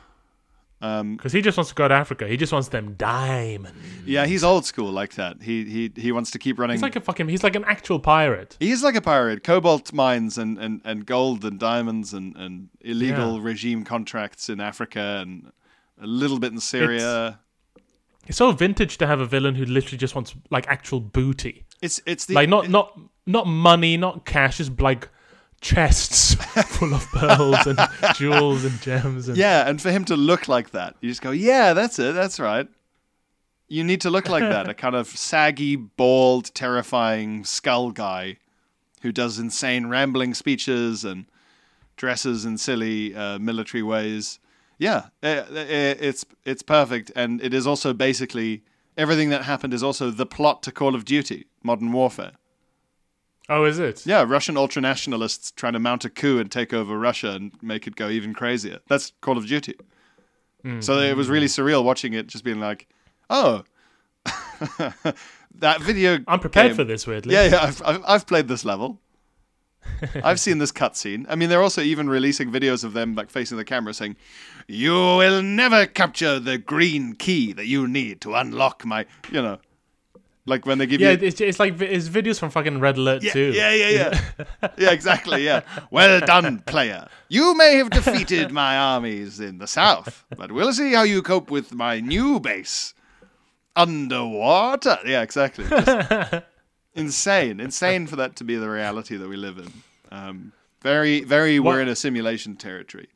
[SPEAKER 2] Um,
[SPEAKER 3] because he just wants to go to Africa. He just wants them diamonds.
[SPEAKER 2] Yeah, he's old school like that. He he he wants to keep running.
[SPEAKER 3] He's like a fucking. He's like an actual pirate.
[SPEAKER 2] He is like a pirate. Cobalt mines and, and, and gold and diamonds and, and illegal
[SPEAKER 3] Yeah.
[SPEAKER 2] regime contracts in Africa and a little bit in Syria.
[SPEAKER 3] It's so vintage to have a villain who literally just wants like actual booty,
[SPEAKER 2] it's it's the
[SPEAKER 3] like not not not money, not cash, just like chests full of pearls and jewels and gems. And
[SPEAKER 2] Yeah, and for him to look like that, you just go, yeah, that's it, that's right. You need to look like that, a kind of saggy, bald, terrifying skull guy who does insane rambling speeches and dresses in silly uh, military ways. Yeah, eh, eh, it's it's perfect, and it is also basically everything that happened is also the plot to Call of Duty: Modern Warfare.
[SPEAKER 3] Oh, is it?
[SPEAKER 2] Yeah, Russian ultranationalists trying to mount a coup and take over Russia and make it go even crazier. That's Call of Duty. So it was really
[SPEAKER 3] Mm-hmm.
[SPEAKER 2] surreal watching it, just being like, "Oh, that video."
[SPEAKER 3] I'm prepared
[SPEAKER 2] game-
[SPEAKER 3] for this, weirdly.
[SPEAKER 2] Yeah, yeah, I've, I've, I've played this level. I've seen this cutscene. I mean, they're also even releasing videos of them like facing the camera saying, "You will never capture the green key that you need to unlock my," you know, like when they give
[SPEAKER 3] Yeah,
[SPEAKER 2] you
[SPEAKER 3] it's, it's like it's videos from fucking Red Alert
[SPEAKER 2] yeah,
[SPEAKER 3] too.
[SPEAKER 2] Yeah, yeah, yeah. yeah, exactly, yeah. Well done, player. You may have defeated my armies in the south, but we'll see how you cope with my new base. Underwater. Yeah, exactly. Just insane. Insane for that to be the reality that we live in. Um, very, very,
[SPEAKER 3] What-
[SPEAKER 2] we're in a simulation territory.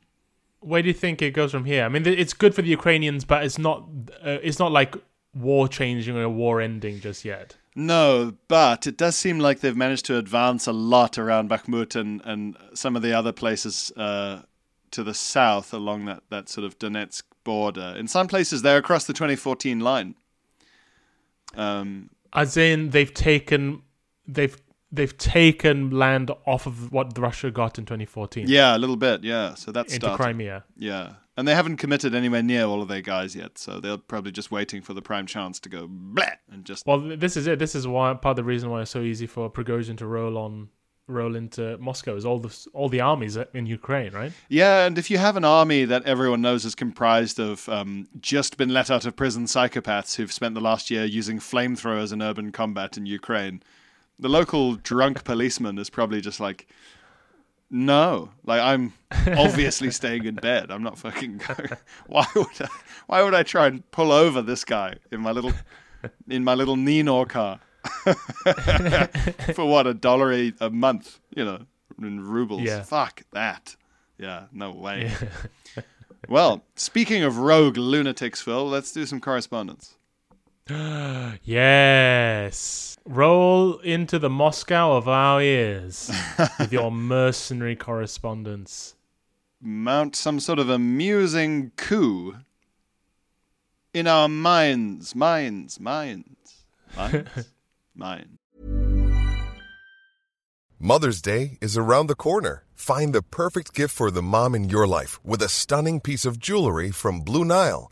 [SPEAKER 3] Where do you think it goes from here? I mean, th- it's good for the Ukrainians, but it's not. Uh, it's not like war changing or war ending just yet.
[SPEAKER 2] No, but it does seem like they've managed to advance a lot around Bakhmut and, and some of the other places uh, to the south along that, that sort of Donetsk border. In some places, they're across the 2014 line. Um,
[SPEAKER 3] As in, they've taken, they've they've taken land off of what Russia got in 2014
[SPEAKER 2] yeah, a little bit. Yeah, so that's
[SPEAKER 3] into
[SPEAKER 2] started.
[SPEAKER 3] Crimea.
[SPEAKER 2] Yeah, and they haven't committed anywhere near all of their guys yet, so they're probably just waiting for the prime chance to go bleh and just
[SPEAKER 3] Well, th- this is it. This is why part of the reason why it's so easy for Prigozhin to roll on, roll into Moscow is all the s- all the armies in Ukraine, right?
[SPEAKER 2] Yeah, and if you have an army that everyone knows is comprised of um, just been let out of prison psychopaths who've spent the last year using flamethrowers in urban combat in Ukraine, the local drunk policeman is probably just like, no, like I'm obviously staying in bed. I'm not fucking going. Why would I? Why would I try and pull over this guy in my little in my little Ninor car for what a dollar a, a month? You know, in rubles.
[SPEAKER 3] Yeah.
[SPEAKER 2] Fuck that. Yeah, no way. well, speaking of rogue lunatics, Phil, let's do some correspondence.
[SPEAKER 3] Yes. Roll into the Moscow of our ears with your mercenary correspondence.
[SPEAKER 2] Mount some sort of amusing coup in our minds, minds, minds, minds, minds.
[SPEAKER 4] Mother's Day is around the corner. Find the perfect gift for the mom in your life with a stunning piece of jewelry from Blue Nile.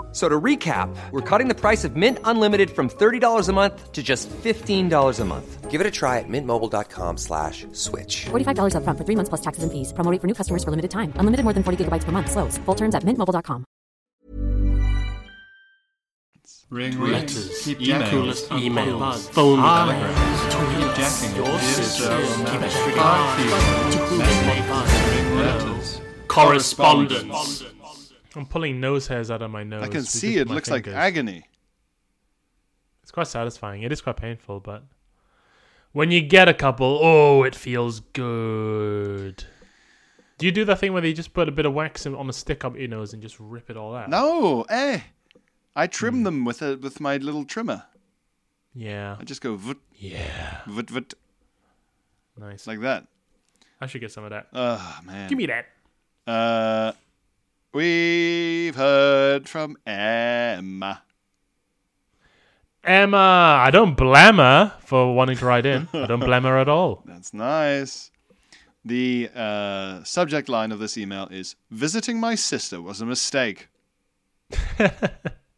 [SPEAKER 5] So to recap, we're cutting the price of Mint Unlimited from $30 a month to just $15 a month. Give it a try at mintmobile.com slash switch.
[SPEAKER 6] $45 upfront for three months plus taxes and fees. Promo rate for new customers for limited time. Unlimited more than 40 gigabytes per month. Slows. Full terms at mintmobile.com.
[SPEAKER 7] Ring
[SPEAKER 8] Letters,
[SPEAKER 7] keep
[SPEAKER 8] emails,
[SPEAKER 7] coolest
[SPEAKER 8] emails,
[SPEAKER 7] unfolds.
[SPEAKER 8] phone
[SPEAKER 7] I
[SPEAKER 8] calls,
[SPEAKER 7] tweet
[SPEAKER 8] tweets,
[SPEAKER 7] jacking,
[SPEAKER 8] your
[SPEAKER 7] this
[SPEAKER 8] sister's
[SPEAKER 7] girl on that
[SPEAKER 8] given a
[SPEAKER 7] street
[SPEAKER 8] card,
[SPEAKER 7] field.
[SPEAKER 8] to whom
[SPEAKER 7] That's
[SPEAKER 8] it
[SPEAKER 7] what
[SPEAKER 8] may
[SPEAKER 7] buzzes.
[SPEAKER 8] pass.
[SPEAKER 7] Ring letters.
[SPEAKER 8] Correspondence.
[SPEAKER 3] I'm pulling nose hairs out of my nose.
[SPEAKER 2] I can
[SPEAKER 3] with
[SPEAKER 2] see
[SPEAKER 3] just
[SPEAKER 2] it
[SPEAKER 3] my
[SPEAKER 2] looks like
[SPEAKER 3] fingers.
[SPEAKER 2] agony.
[SPEAKER 3] It's quite satisfying. It is quite painful, but when you get a couple, oh, it feels good. Do you do that thing where they just put a bit of wax in- on a stick up your nose and just rip it all out?
[SPEAKER 2] No, eh? I trim
[SPEAKER 3] Hmm.
[SPEAKER 2] them with a with my little trimmer.
[SPEAKER 3] Yeah.
[SPEAKER 2] I just go vut
[SPEAKER 3] Yeah.
[SPEAKER 2] vut vut
[SPEAKER 3] Nice.
[SPEAKER 2] like that.
[SPEAKER 3] I should get some of that.
[SPEAKER 2] Oh man.
[SPEAKER 3] Give me that.
[SPEAKER 2] Uh, we've heard from Emma.
[SPEAKER 3] Emma, I don't blame her for wanting to ride in. I don't blame her at all.
[SPEAKER 2] That's nice. The uh, subject line of this email is "Visiting my sister was a mistake."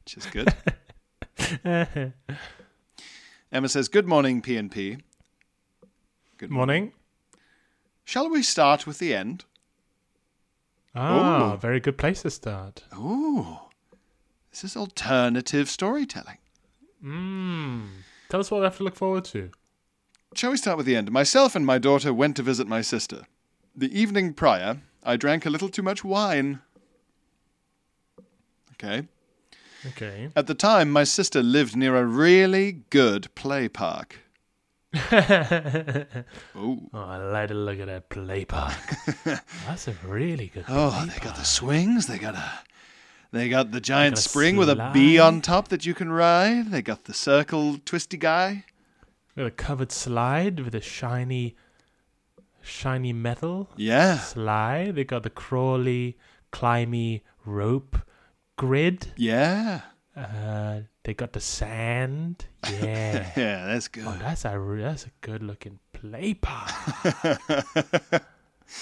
[SPEAKER 2] which is good. Emma says, "Good morning, PNP. Good
[SPEAKER 3] Morning.
[SPEAKER 2] Shall we start with the end?
[SPEAKER 3] Ah, very good place to start.
[SPEAKER 2] Ooh, this is alternative storytelling.
[SPEAKER 3] Hmm. Tell us what we have to look forward to.
[SPEAKER 2] Shall we start with the end? Myself and my daughter went to visit my sister. The evening prior, I drank a little too much wine. Okay.
[SPEAKER 3] Okay.
[SPEAKER 2] At the time, my sister lived near a really good play park.
[SPEAKER 3] Oh, I like to look at that play park. That's a really good.
[SPEAKER 2] Oh, they got the swings. They got a, they got the giant
[SPEAKER 3] got a
[SPEAKER 2] spring with a bee on
[SPEAKER 3] slide.
[SPEAKER 2] top that you can ride. They got the circle twisty guy.
[SPEAKER 3] Got a covered slide with a shiny, shiny metal
[SPEAKER 2] Yeah,
[SPEAKER 3] slide. They got the crawly, climby rope grid.
[SPEAKER 2] yeah,
[SPEAKER 3] Uh, they got the sand. Yeah.
[SPEAKER 2] yeah. That's good.
[SPEAKER 3] oh, that's a re- that's a good looking play park. Oh,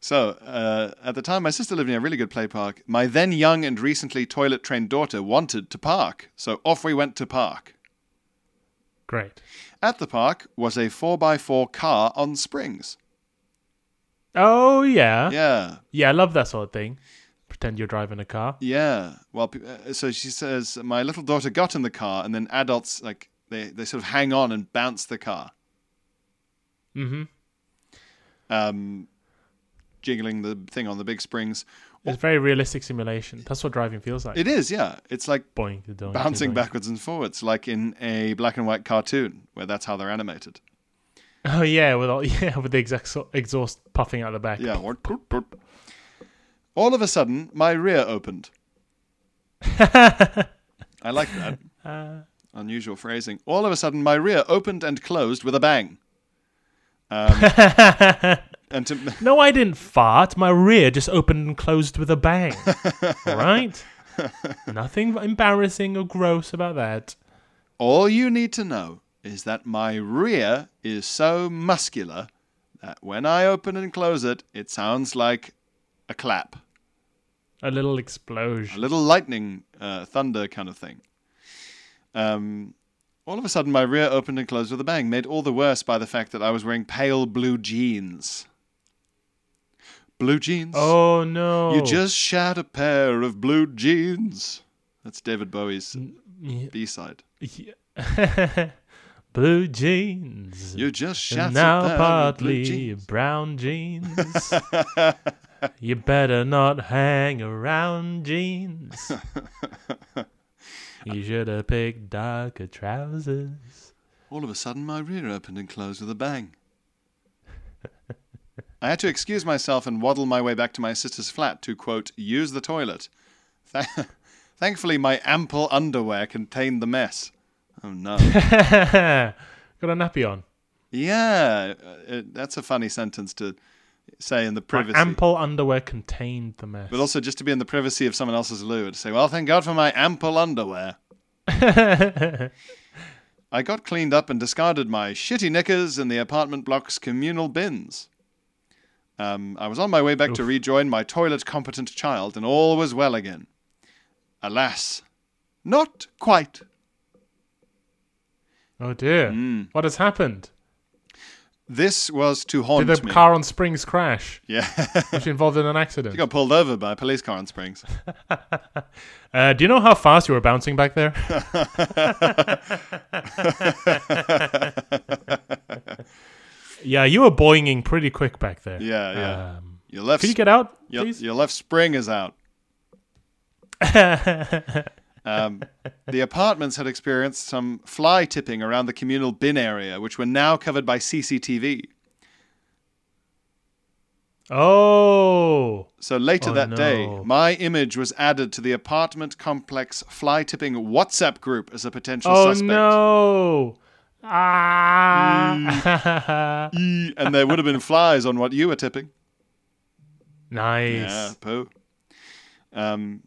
[SPEAKER 2] So, uh, at the time, my sister lived near a really good play park. My then young and recently toilet trained daughter wanted to park, so off we went to park.
[SPEAKER 3] Great.
[SPEAKER 2] At the park was a 4x4 car on springs.
[SPEAKER 3] Oh yeah. yeah.
[SPEAKER 2] Yeah,
[SPEAKER 3] I love that sort of thing. Pretend you're driving a car.
[SPEAKER 2] yeah. Well, pe- uh, so she says, my little daughter got in the car, and then adults, like, they, they sort of hang on and bounce the car,
[SPEAKER 3] Mm-hmm.
[SPEAKER 2] um, jiggling the thing on the big springs.
[SPEAKER 3] It's very realistic simulation. That's what driving feels like.
[SPEAKER 2] It is, yeah. It's like
[SPEAKER 3] Boing, doink,
[SPEAKER 2] bouncing
[SPEAKER 3] doink.
[SPEAKER 2] backwards and forwards, like in a black and white cartoon, where that's how they're animated.
[SPEAKER 3] Oh yeah, with all, yeah, with the exhaust, exhaust puffing out the back.
[SPEAKER 2] Yeah. or- All of a sudden, my rear opened. I like that. Unusual phrasing. All of a sudden, my rear opened and closed with a bang. Um, and to,
[SPEAKER 3] No, I didn't fart. My rear just opened and closed with a bang. all right. Nothing embarrassing or gross about that.
[SPEAKER 2] all you need to know is that my rear is so muscular that when I open and close it, it sounds like a clap,
[SPEAKER 3] A little
[SPEAKER 2] a
[SPEAKER 3] explosion.
[SPEAKER 2] little lightning, uh, thunder kind of thing. Um, All of a sudden, my rear opened and closed with a bang, made all the worse by the fact that I was wearing pale blue jeans. Blue jeans.
[SPEAKER 3] Oh no!
[SPEAKER 2] You just shot a pair of blue jeans. That's David Bowie's B side.
[SPEAKER 3] blue jeans.
[SPEAKER 2] You just shot
[SPEAKER 3] and
[SPEAKER 2] a
[SPEAKER 3] now
[SPEAKER 2] pair
[SPEAKER 3] partly
[SPEAKER 2] of blue jeans.
[SPEAKER 3] brown jeans. you better not hang around jeans. you should have picked darker trousers.
[SPEAKER 2] All of a sudden, my rear opened and closed with a bang. I had to excuse myself and waddle my way back to my sister's flat to, quote, use the toilet. Th- Thankfully, my ample underwear contained the mess. Oh, no.
[SPEAKER 3] Got a nappy on.
[SPEAKER 2] yeah, uh, uh, that's a funny sentence to say in the
[SPEAKER 3] My
[SPEAKER 2] privacy.
[SPEAKER 3] ample underwear contained the mess.
[SPEAKER 2] but also just to be in the privacy of someone else's loo and say, well, thank God for my ample underwear. I got cleaned up and discarded my shitty knickers in the apartment block's communal bins. Um, I was on my way back to rejoin my toilet competent child, and all was well again. Alas, not quite.
[SPEAKER 3] oh dear!
[SPEAKER 2] Hmm.
[SPEAKER 3] What has happened?
[SPEAKER 2] This was to
[SPEAKER 3] Did
[SPEAKER 2] haunt
[SPEAKER 3] the
[SPEAKER 2] me.
[SPEAKER 3] car on springs crash?
[SPEAKER 2] yeah,
[SPEAKER 3] Was she involved in an accident?
[SPEAKER 2] I got pulled over by a police car on Springs.
[SPEAKER 3] Uh, do you know how fast you were bouncing back there? yeah, you were boinging pretty quick back there.
[SPEAKER 2] Yeah, yeah.
[SPEAKER 3] Um,
[SPEAKER 2] Your left,
[SPEAKER 3] could you get out,
[SPEAKER 2] your,
[SPEAKER 3] please?
[SPEAKER 2] your left spring is out. Um, the apartments had experienced some fly tipping around the communal bin area, which were now covered by CCTV.
[SPEAKER 3] Oh,
[SPEAKER 2] So later
[SPEAKER 3] Oh,
[SPEAKER 2] that day,
[SPEAKER 3] no.
[SPEAKER 2] my image was added to the apartment complex fly tipping WhatsApp group as a potential
[SPEAKER 3] oh
[SPEAKER 2] suspect.
[SPEAKER 3] no!
[SPEAKER 2] Mm.
[SPEAKER 3] Ah,
[SPEAKER 2] E, And there would have been flies on what you were tipping.
[SPEAKER 3] nice.
[SPEAKER 2] Yeah, poo. Um,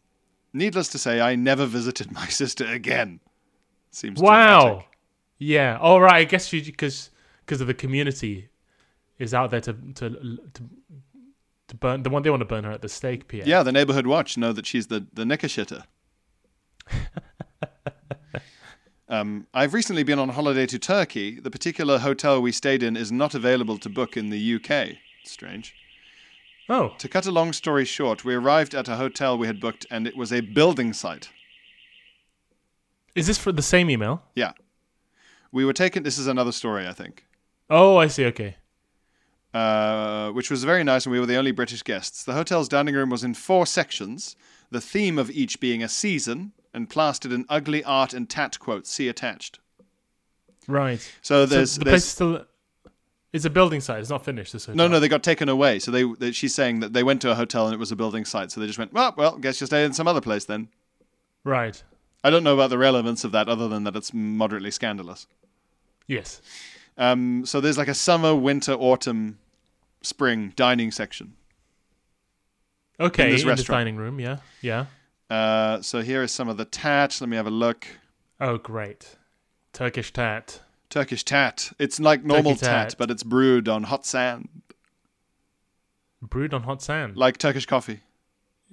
[SPEAKER 2] needless to say, I never visited my sister again. Seems
[SPEAKER 3] Wow.
[SPEAKER 2] dramatic.
[SPEAKER 3] Yeah. All right. I guess you because because of the community is out there to to to to burn. They want they want to burn her at the stake, Pierre.
[SPEAKER 2] Yeah, the neighborhood watch know that she's the the knicker shitter. um, I've recently been on holiday to Turkey. The particular hotel we stayed in is not available to book in the UK. Strange.
[SPEAKER 3] Oh,
[SPEAKER 2] To cut a long story short, we arrived at a hotel we had booked, and it was a building site.
[SPEAKER 3] is this for the same email?
[SPEAKER 2] Yeah, we were taken. This is another story, I think.
[SPEAKER 3] Oh, I see. Okay.
[SPEAKER 2] uh, which was very nice, and we were the only British guests. The hotel's dining room was in four sections, the theme of each being a season, and plastered in ugly art and tat quotes, see attached.
[SPEAKER 3] Right.
[SPEAKER 2] So
[SPEAKER 3] So
[SPEAKER 2] there's,
[SPEAKER 3] the place
[SPEAKER 2] there's
[SPEAKER 3] is still. It's a building site. It's not finished. This
[SPEAKER 2] no,
[SPEAKER 3] hotel.
[SPEAKER 2] no, they got taken away. So they, they, she's saying that they went to a hotel and it was a building site, so they just went, well, well, guess you'll stay in some other place then.
[SPEAKER 3] Right.
[SPEAKER 2] I don't know about the relevance of that, other than that it's moderately scandalous.
[SPEAKER 3] Yes.
[SPEAKER 2] Um, so there's like a summer, winter, autumn, spring dining section.
[SPEAKER 3] Okay.
[SPEAKER 2] this
[SPEAKER 3] in this
[SPEAKER 2] restaurant.
[SPEAKER 3] dining room. Yeah. Yeah.
[SPEAKER 2] Uh, so here is some of the tat. Let me have a look.
[SPEAKER 3] Oh, great. Turkish tat.
[SPEAKER 2] Turkish tat. It's like normal
[SPEAKER 3] Turkey
[SPEAKER 2] tat.
[SPEAKER 3] tat.
[SPEAKER 2] but it's brewed on hot sand,
[SPEAKER 3] Brewed on hot sand.
[SPEAKER 2] like Turkish coffee.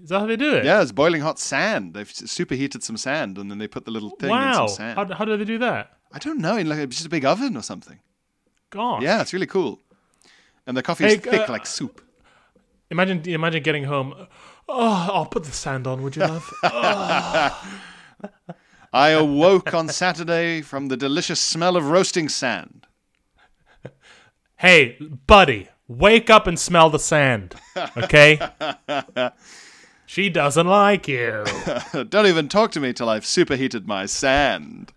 [SPEAKER 3] is that how they do it?
[SPEAKER 2] Yeah, it's boiling hot sand. They've s- superheated some sand, and then they put the little thing
[SPEAKER 3] Wow.
[SPEAKER 2] in some sand.
[SPEAKER 3] How, how do they do that?
[SPEAKER 2] I don't know, in like it's just a big oven or something.
[SPEAKER 3] God.
[SPEAKER 2] Yeah, it's really cool. And the coffee is
[SPEAKER 3] Hey, uh,
[SPEAKER 2] thick like soup.
[SPEAKER 3] Imagine imagine getting home. Oh, I'll put the sand on, would you love?
[SPEAKER 2] I awoke on Saturday from the delicious smell of roasting sand.
[SPEAKER 3] hey, buddy, wake up and smell the sand. Okay? she doesn't like you.
[SPEAKER 2] don't even talk to me till I've superheated my sand.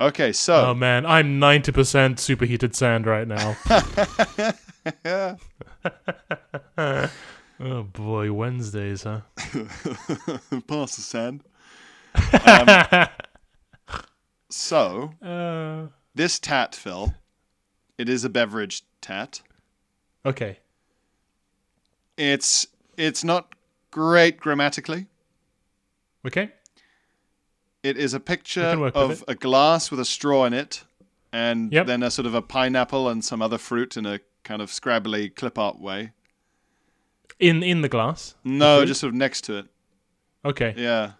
[SPEAKER 2] okay, so
[SPEAKER 3] Oh man, I'm 90% superheated sand right now. oh boy, Wednesdays, huh?
[SPEAKER 2] pass the sand. Um, so Uh. this tat, Phil, it is a beverage tat.
[SPEAKER 3] Okay.
[SPEAKER 2] It's it's not great grammatically.
[SPEAKER 3] Okay.
[SPEAKER 2] It is a picture
[SPEAKER 3] I can work with
[SPEAKER 2] of a glass with a straw in it, and
[SPEAKER 3] Yep.
[SPEAKER 2] then a sort of a pineapple and some other fruit in a kind of scrabbly clip art way.
[SPEAKER 3] In in the glass.
[SPEAKER 2] No, just sort of next to it.
[SPEAKER 3] Okay.
[SPEAKER 2] Yeah.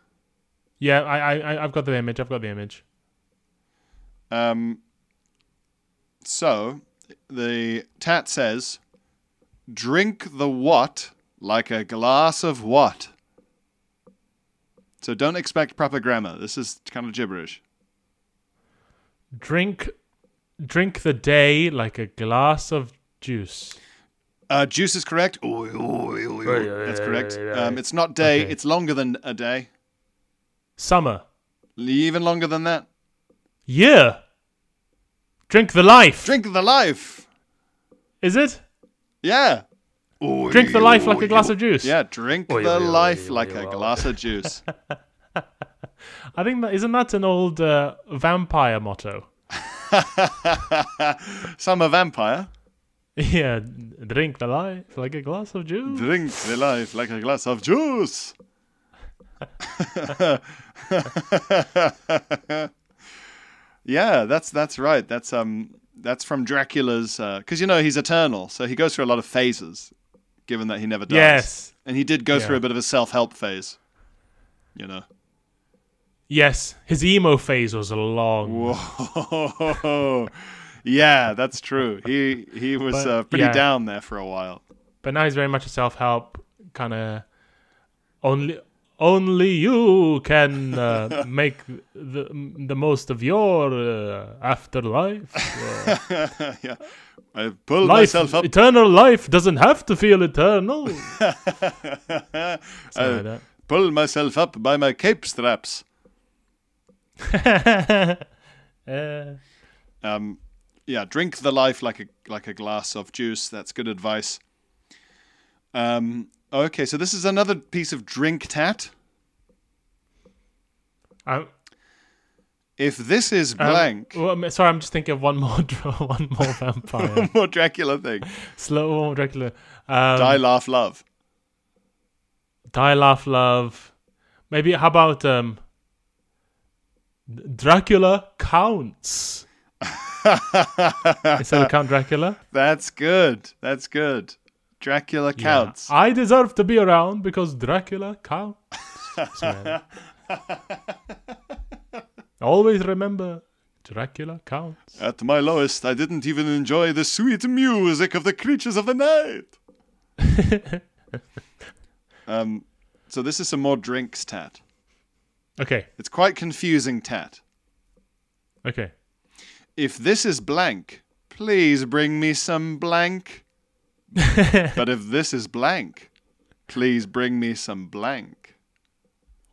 [SPEAKER 3] Yeah, I I I- I've got the image. I've got the image.
[SPEAKER 2] Um, so the tat says, "Drink the what like a glass of what." So don't expect proper grammar. This is kind of gibberish.
[SPEAKER 3] Drink drink the day like a glass of juice.
[SPEAKER 2] Uh, juice is correct. Oi, oi, oi, oi. That's correct. Um, it's not day.
[SPEAKER 3] Okay.
[SPEAKER 2] It's longer than a day.
[SPEAKER 3] Summer.
[SPEAKER 2] Even longer than that.
[SPEAKER 3] Yeah. Drink the life.
[SPEAKER 2] Drink the life.
[SPEAKER 3] Is it?
[SPEAKER 2] Yeah. Oi,
[SPEAKER 3] Drink the life like
[SPEAKER 2] oi,
[SPEAKER 3] a glass
[SPEAKER 2] oi.
[SPEAKER 3] of juice.
[SPEAKER 2] Yeah, drink
[SPEAKER 3] Oi,
[SPEAKER 2] the
[SPEAKER 3] oi, oi,
[SPEAKER 2] life
[SPEAKER 3] oi,
[SPEAKER 2] like a
[SPEAKER 3] oi.
[SPEAKER 2] glass of juice.
[SPEAKER 3] I think that isn't that an old uh, vampire motto.
[SPEAKER 2] Summer vampire.
[SPEAKER 3] Yeah, drink the life like a glass of juice.
[SPEAKER 2] Drink the life like a glass of juice. yeah, that's that's right. That's um that's from Dracula's because you know he's eternal, so he goes through a lot of phases. Given that he never dies,
[SPEAKER 3] Yes.
[SPEAKER 2] and he did go through
[SPEAKER 3] Yeah.
[SPEAKER 2] a bit of a self-help phase. You know,
[SPEAKER 3] Yes, his emo phase was long.
[SPEAKER 2] whoa, yeah, that's true. He he was
[SPEAKER 3] But,
[SPEAKER 2] uh, pretty
[SPEAKER 3] yeah.
[SPEAKER 2] down there for a while.
[SPEAKER 3] But now he's very much a self-help kind of only only you can uh, make the the most of your uh, afterlife. Uh,
[SPEAKER 2] yeah, I pulled
[SPEAKER 3] life
[SPEAKER 2] myself up.
[SPEAKER 3] eternal life doesn't have to feel eternal.
[SPEAKER 2] I
[SPEAKER 3] Something like
[SPEAKER 2] pull myself up by my cape straps.
[SPEAKER 3] that. Uh,
[SPEAKER 2] Um, yeah, drink the life like a like a glass of juice. That's good advice. Um, okay, so this is another piece of drink tat.
[SPEAKER 3] I-
[SPEAKER 2] If this is
[SPEAKER 3] Um,
[SPEAKER 2] blank,
[SPEAKER 3] well, I'm- sorry, I'm just thinking of one more, dra- one more vampire.
[SPEAKER 2] more Dracula thing.
[SPEAKER 3] Slow one more Dracula. Um,
[SPEAKER 2] Die,
[SPEAKER 3] die.
[SPEAKER 2] laugh, love.
[SPEAKER 3] laugh, love. Maybe how about um, Dracula counts? instead of Count Dracula.
[SPEAKER 2] That's good. That's good. Dracula counts.
[SPEAKER 3] I deserve to be around because Dracula counts. man. Always remember, Dracula counts.
[SPEAKER 2] At my lowest, I didn't even enjoy the sweet music of the creatures of the night. um, so this is some more drinks, Tat.
[SPEAKER 3] Okay,
[SPEAKER 2] It's quite confusing, Tat.
[SPEAKER 3] okay.
[SPEAKER 2] If this is blank, please bring me some blank. but if this is blank, please bring me some blank.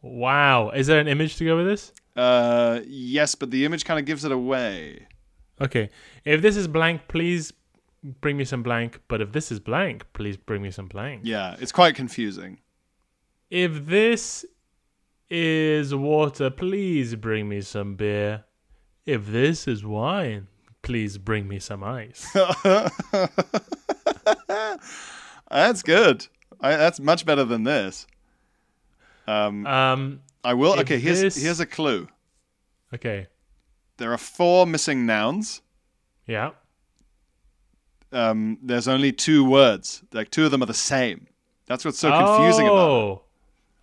[SPEAKER 3] Wow, is there an image to go with this?
[SPEAKER 2] Uh, yes, but the image kind of gives it away.
[SPEAKER 3] Okay, if this is blank, please bring me some blank. But if this is blank, please bring me some blank.
[SPEAKER 2] Yeah, it's quite confusing.
[SPEAKER 3] If this is water, please bring me some beer. If this is wine, please bring me some ice.
[SPEAKER 2] That's good. I, that's much better than this.
[SPEAKER 3] um,
[SPEAKER 2] I will.
[SPEAKER 3] If
[SPEAKER 2] Okay, here's
[SPEAKER 3] this-
[SPEAKER 2] here's a clue.
[SPEAKER 3] okay,
[SPEAKER 2] There are four missing nouns.
[SPEAKER 3] yeah.
[SPEAKER 2] Um, there's only two words. Like two of them are the same. That's what's so confusing about. It.
[SPEAKER 3] oh.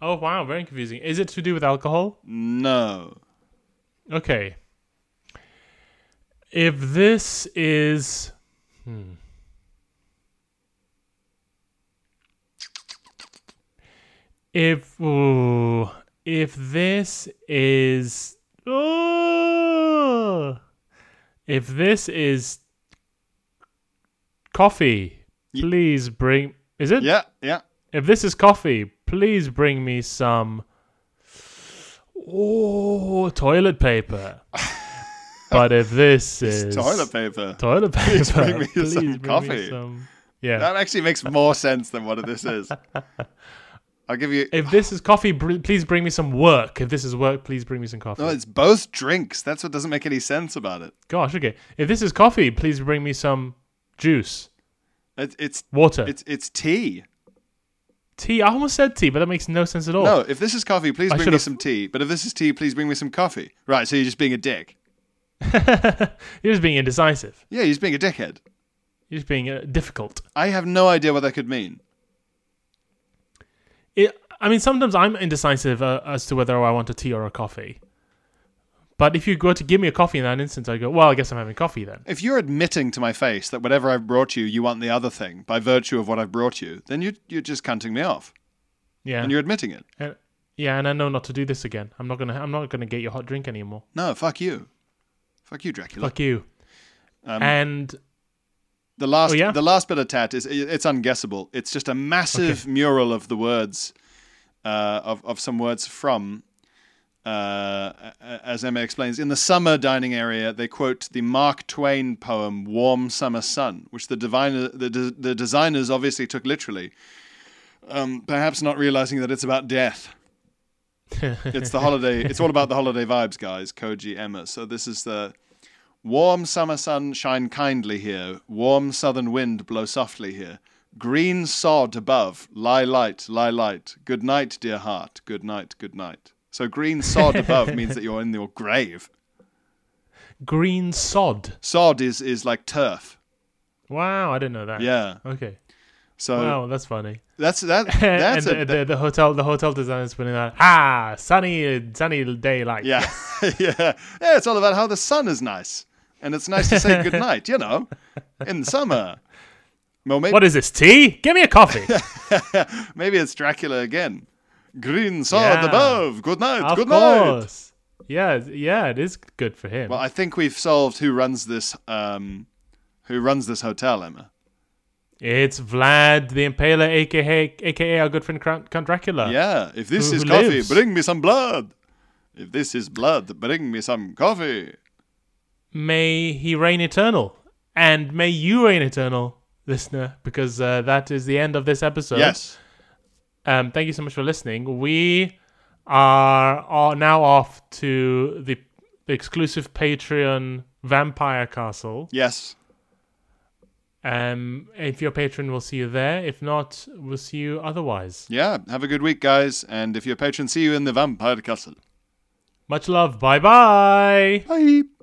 [SPEAKER 3] Oh wow, very confusing. Is it to do with alcohol?
[SPEAKER 2] No.
[SPEAKER 3] Okay. If this is hmm. If ooh, if this is oh, if this is coffee, please bring is it?
[SPEAKER 2] Yeah, yeah.
[SPEAKER 3] If this is coffee, please bring me some. Oh, toilet paper. but if this is
[SPEAKER 2] Toilet paper.
[SPEAKER 3] toilet paper,
[SPEAKER 2] Please bring me
[SPEAKER 3] please
[SPEAKER 2] some
[SPEAKER 3] bring me
[SPEAKER 2] coffee.
[SPEAKER 3] some- Yeah.
[SPEAKER 2] That actually makes more sense than what this is. I'll give you.
[SPEAKER 3] if this is coffee, br- please bring me some work. If this is work, please bring me some coffee.
[SPEAKER 2] No, it's both drinks. That's what doesn't make any sense about it.
[SPEAKER 3] Gosh, okay. If this is coffee, please bring me some juice,
[SPEAKER 2] It's it's
[SPEAKER 3] water,
[SPEAKER 2] it's it's tea.
[SPEAKER 3] tea. I almost said tea, but that makes no sense at all.
[SPEAKER 2] No, if this is coffee, please
[SPEAKER 3] I
[SPEAKER 2] bring me
[SPEAKER 3] should've-
[SPEAKER 2] some tea. But if this is tea, please bring me some coffee. Right, so you're just being a dick.
[SPEAKER 3] You're just being indecisive.
[SPEAKER 2] Yeah, you're just being a dickhead.
[SPEAKER 3] You're just being uh, difficult.
[SPEAKER 2] I have no idea what that could mean.
[SPEAKER 3] it, I mean, sometimes I'm indecisive uh, as to whether I want a tea or a coffee. But if you go to give me a coffee in that instance, I go, well, I guess I'm having coffee then.
[SPEAKER 2] If you're admitting to my face that whatever I've brought you, you want the other thing by virtue of what I've brought you, then you, you're just cunting me off.
[SPEAKER 3] Yeah.
[SPEAKER 2] And you're admitting it.
[SPEAKER 3] And- yeah, and I know not to do this again. I'm not gonna. I'm not gonna get your hot drink anymore.
[SPEAKER 2] No, fuck you. Fuck you, Dracula.
[SPEAKER 3] Fuck you.
[SPEAKER 2] Um,
[SPEAKER 3] and
[SPEAKER 2] The last,
[SPEAKER 3] Oh, yeah?
[SPEAKER 2] the last bit of tat is it's unguessable. It's just a massive mural of the words, uh, of of some words from, uh, a- a- as Emma explains, in the summer dining area. They quote the Mark Twain poem "Warm Summer Sun," which the diviner, the, de- the designers obviously took literally, um, perhaps not realizing that it's about death. it's the holiday. It's all about the holiday vibes, guys. Koji Emma. So this is the Warm summer sun shine kindly here, warm southern wind blow softly here. Green sod above, lie light, lie light. Good night, dear heart, good night, good night. So green sod above means that you're in your grave.
[SPEAKER 3] green sod.
[SPEAKER 2] Sod is is like turf.
[SPEAKER 3] Wow, I didn't know that.
[SPEAKER 2] Yeah.
[SPEAKER 3] Okay.
[SPEAKER 2] So
[SPEAKER 3] Wow, that's funny.
[SPEAKER 2] that's that that's
[SPEAKER 3] and
[SPEAKER 2] a,
[SPEAKER 3] the, the, the hotel, the hotel designers putting that. Ah, sunny, sunny day like.
[SPEAKER 2] yeah. yeah. Yeah, it's all about how the sun is nice. And it's nice to say good night, you know, in the summer. Well, maybe,
[SPEAKER 3] What is this tea? Give me a coffee.
[SPEAKER 2] maybe it's Dracula again. Green sod
[SPEAKER 3] Yeah.
[SPEAKER 2] above, good night,
[SPEAKER 3] of
[SPEAKER 2] good night.
[SPEAKER 3] course. Yeah, it's- yeah, it is good for him.
[SPEAKER 2] Well, I think we've solved who runs this um, who runs this hotel, Emma.
[SPEAKER 3] It's Vlad the Impaler, aka aka our good friend Count Count Dracula.
[SPEAKER 2] Yeah, if this
[SPEAKER 3] Uh, Who-
[SPEAKER 2] is
[SPEAKER 3] who
[SPEAKER 2] coffee,
[SPEAKER 3] lives?
[SPEAKER 2] bring me some blood. If this is blood, bring me some coffee.
[SPEAKER 3] May he reign eternal, and may you reign eternal, listener, because uh, that is the end of this episode.
[SPEAKER 2] yes.
[SPEAKER 3] Um, thank you so much for listening. We are, are now off to the exclusive Patreon Vampire Castle.
[SPEAKER 2] Yes.
[SPEAKER 3] Um, if you're a patron, we'll see you there. If not, we'll see you otherwise.
[SPEAKER 2] Yeah. Have a good week, guys. And if you're a patron, see you in the Vampire Castle.
[SPEAKER 3] Much love. Bye bye.
[SPEAKER 2] Bye.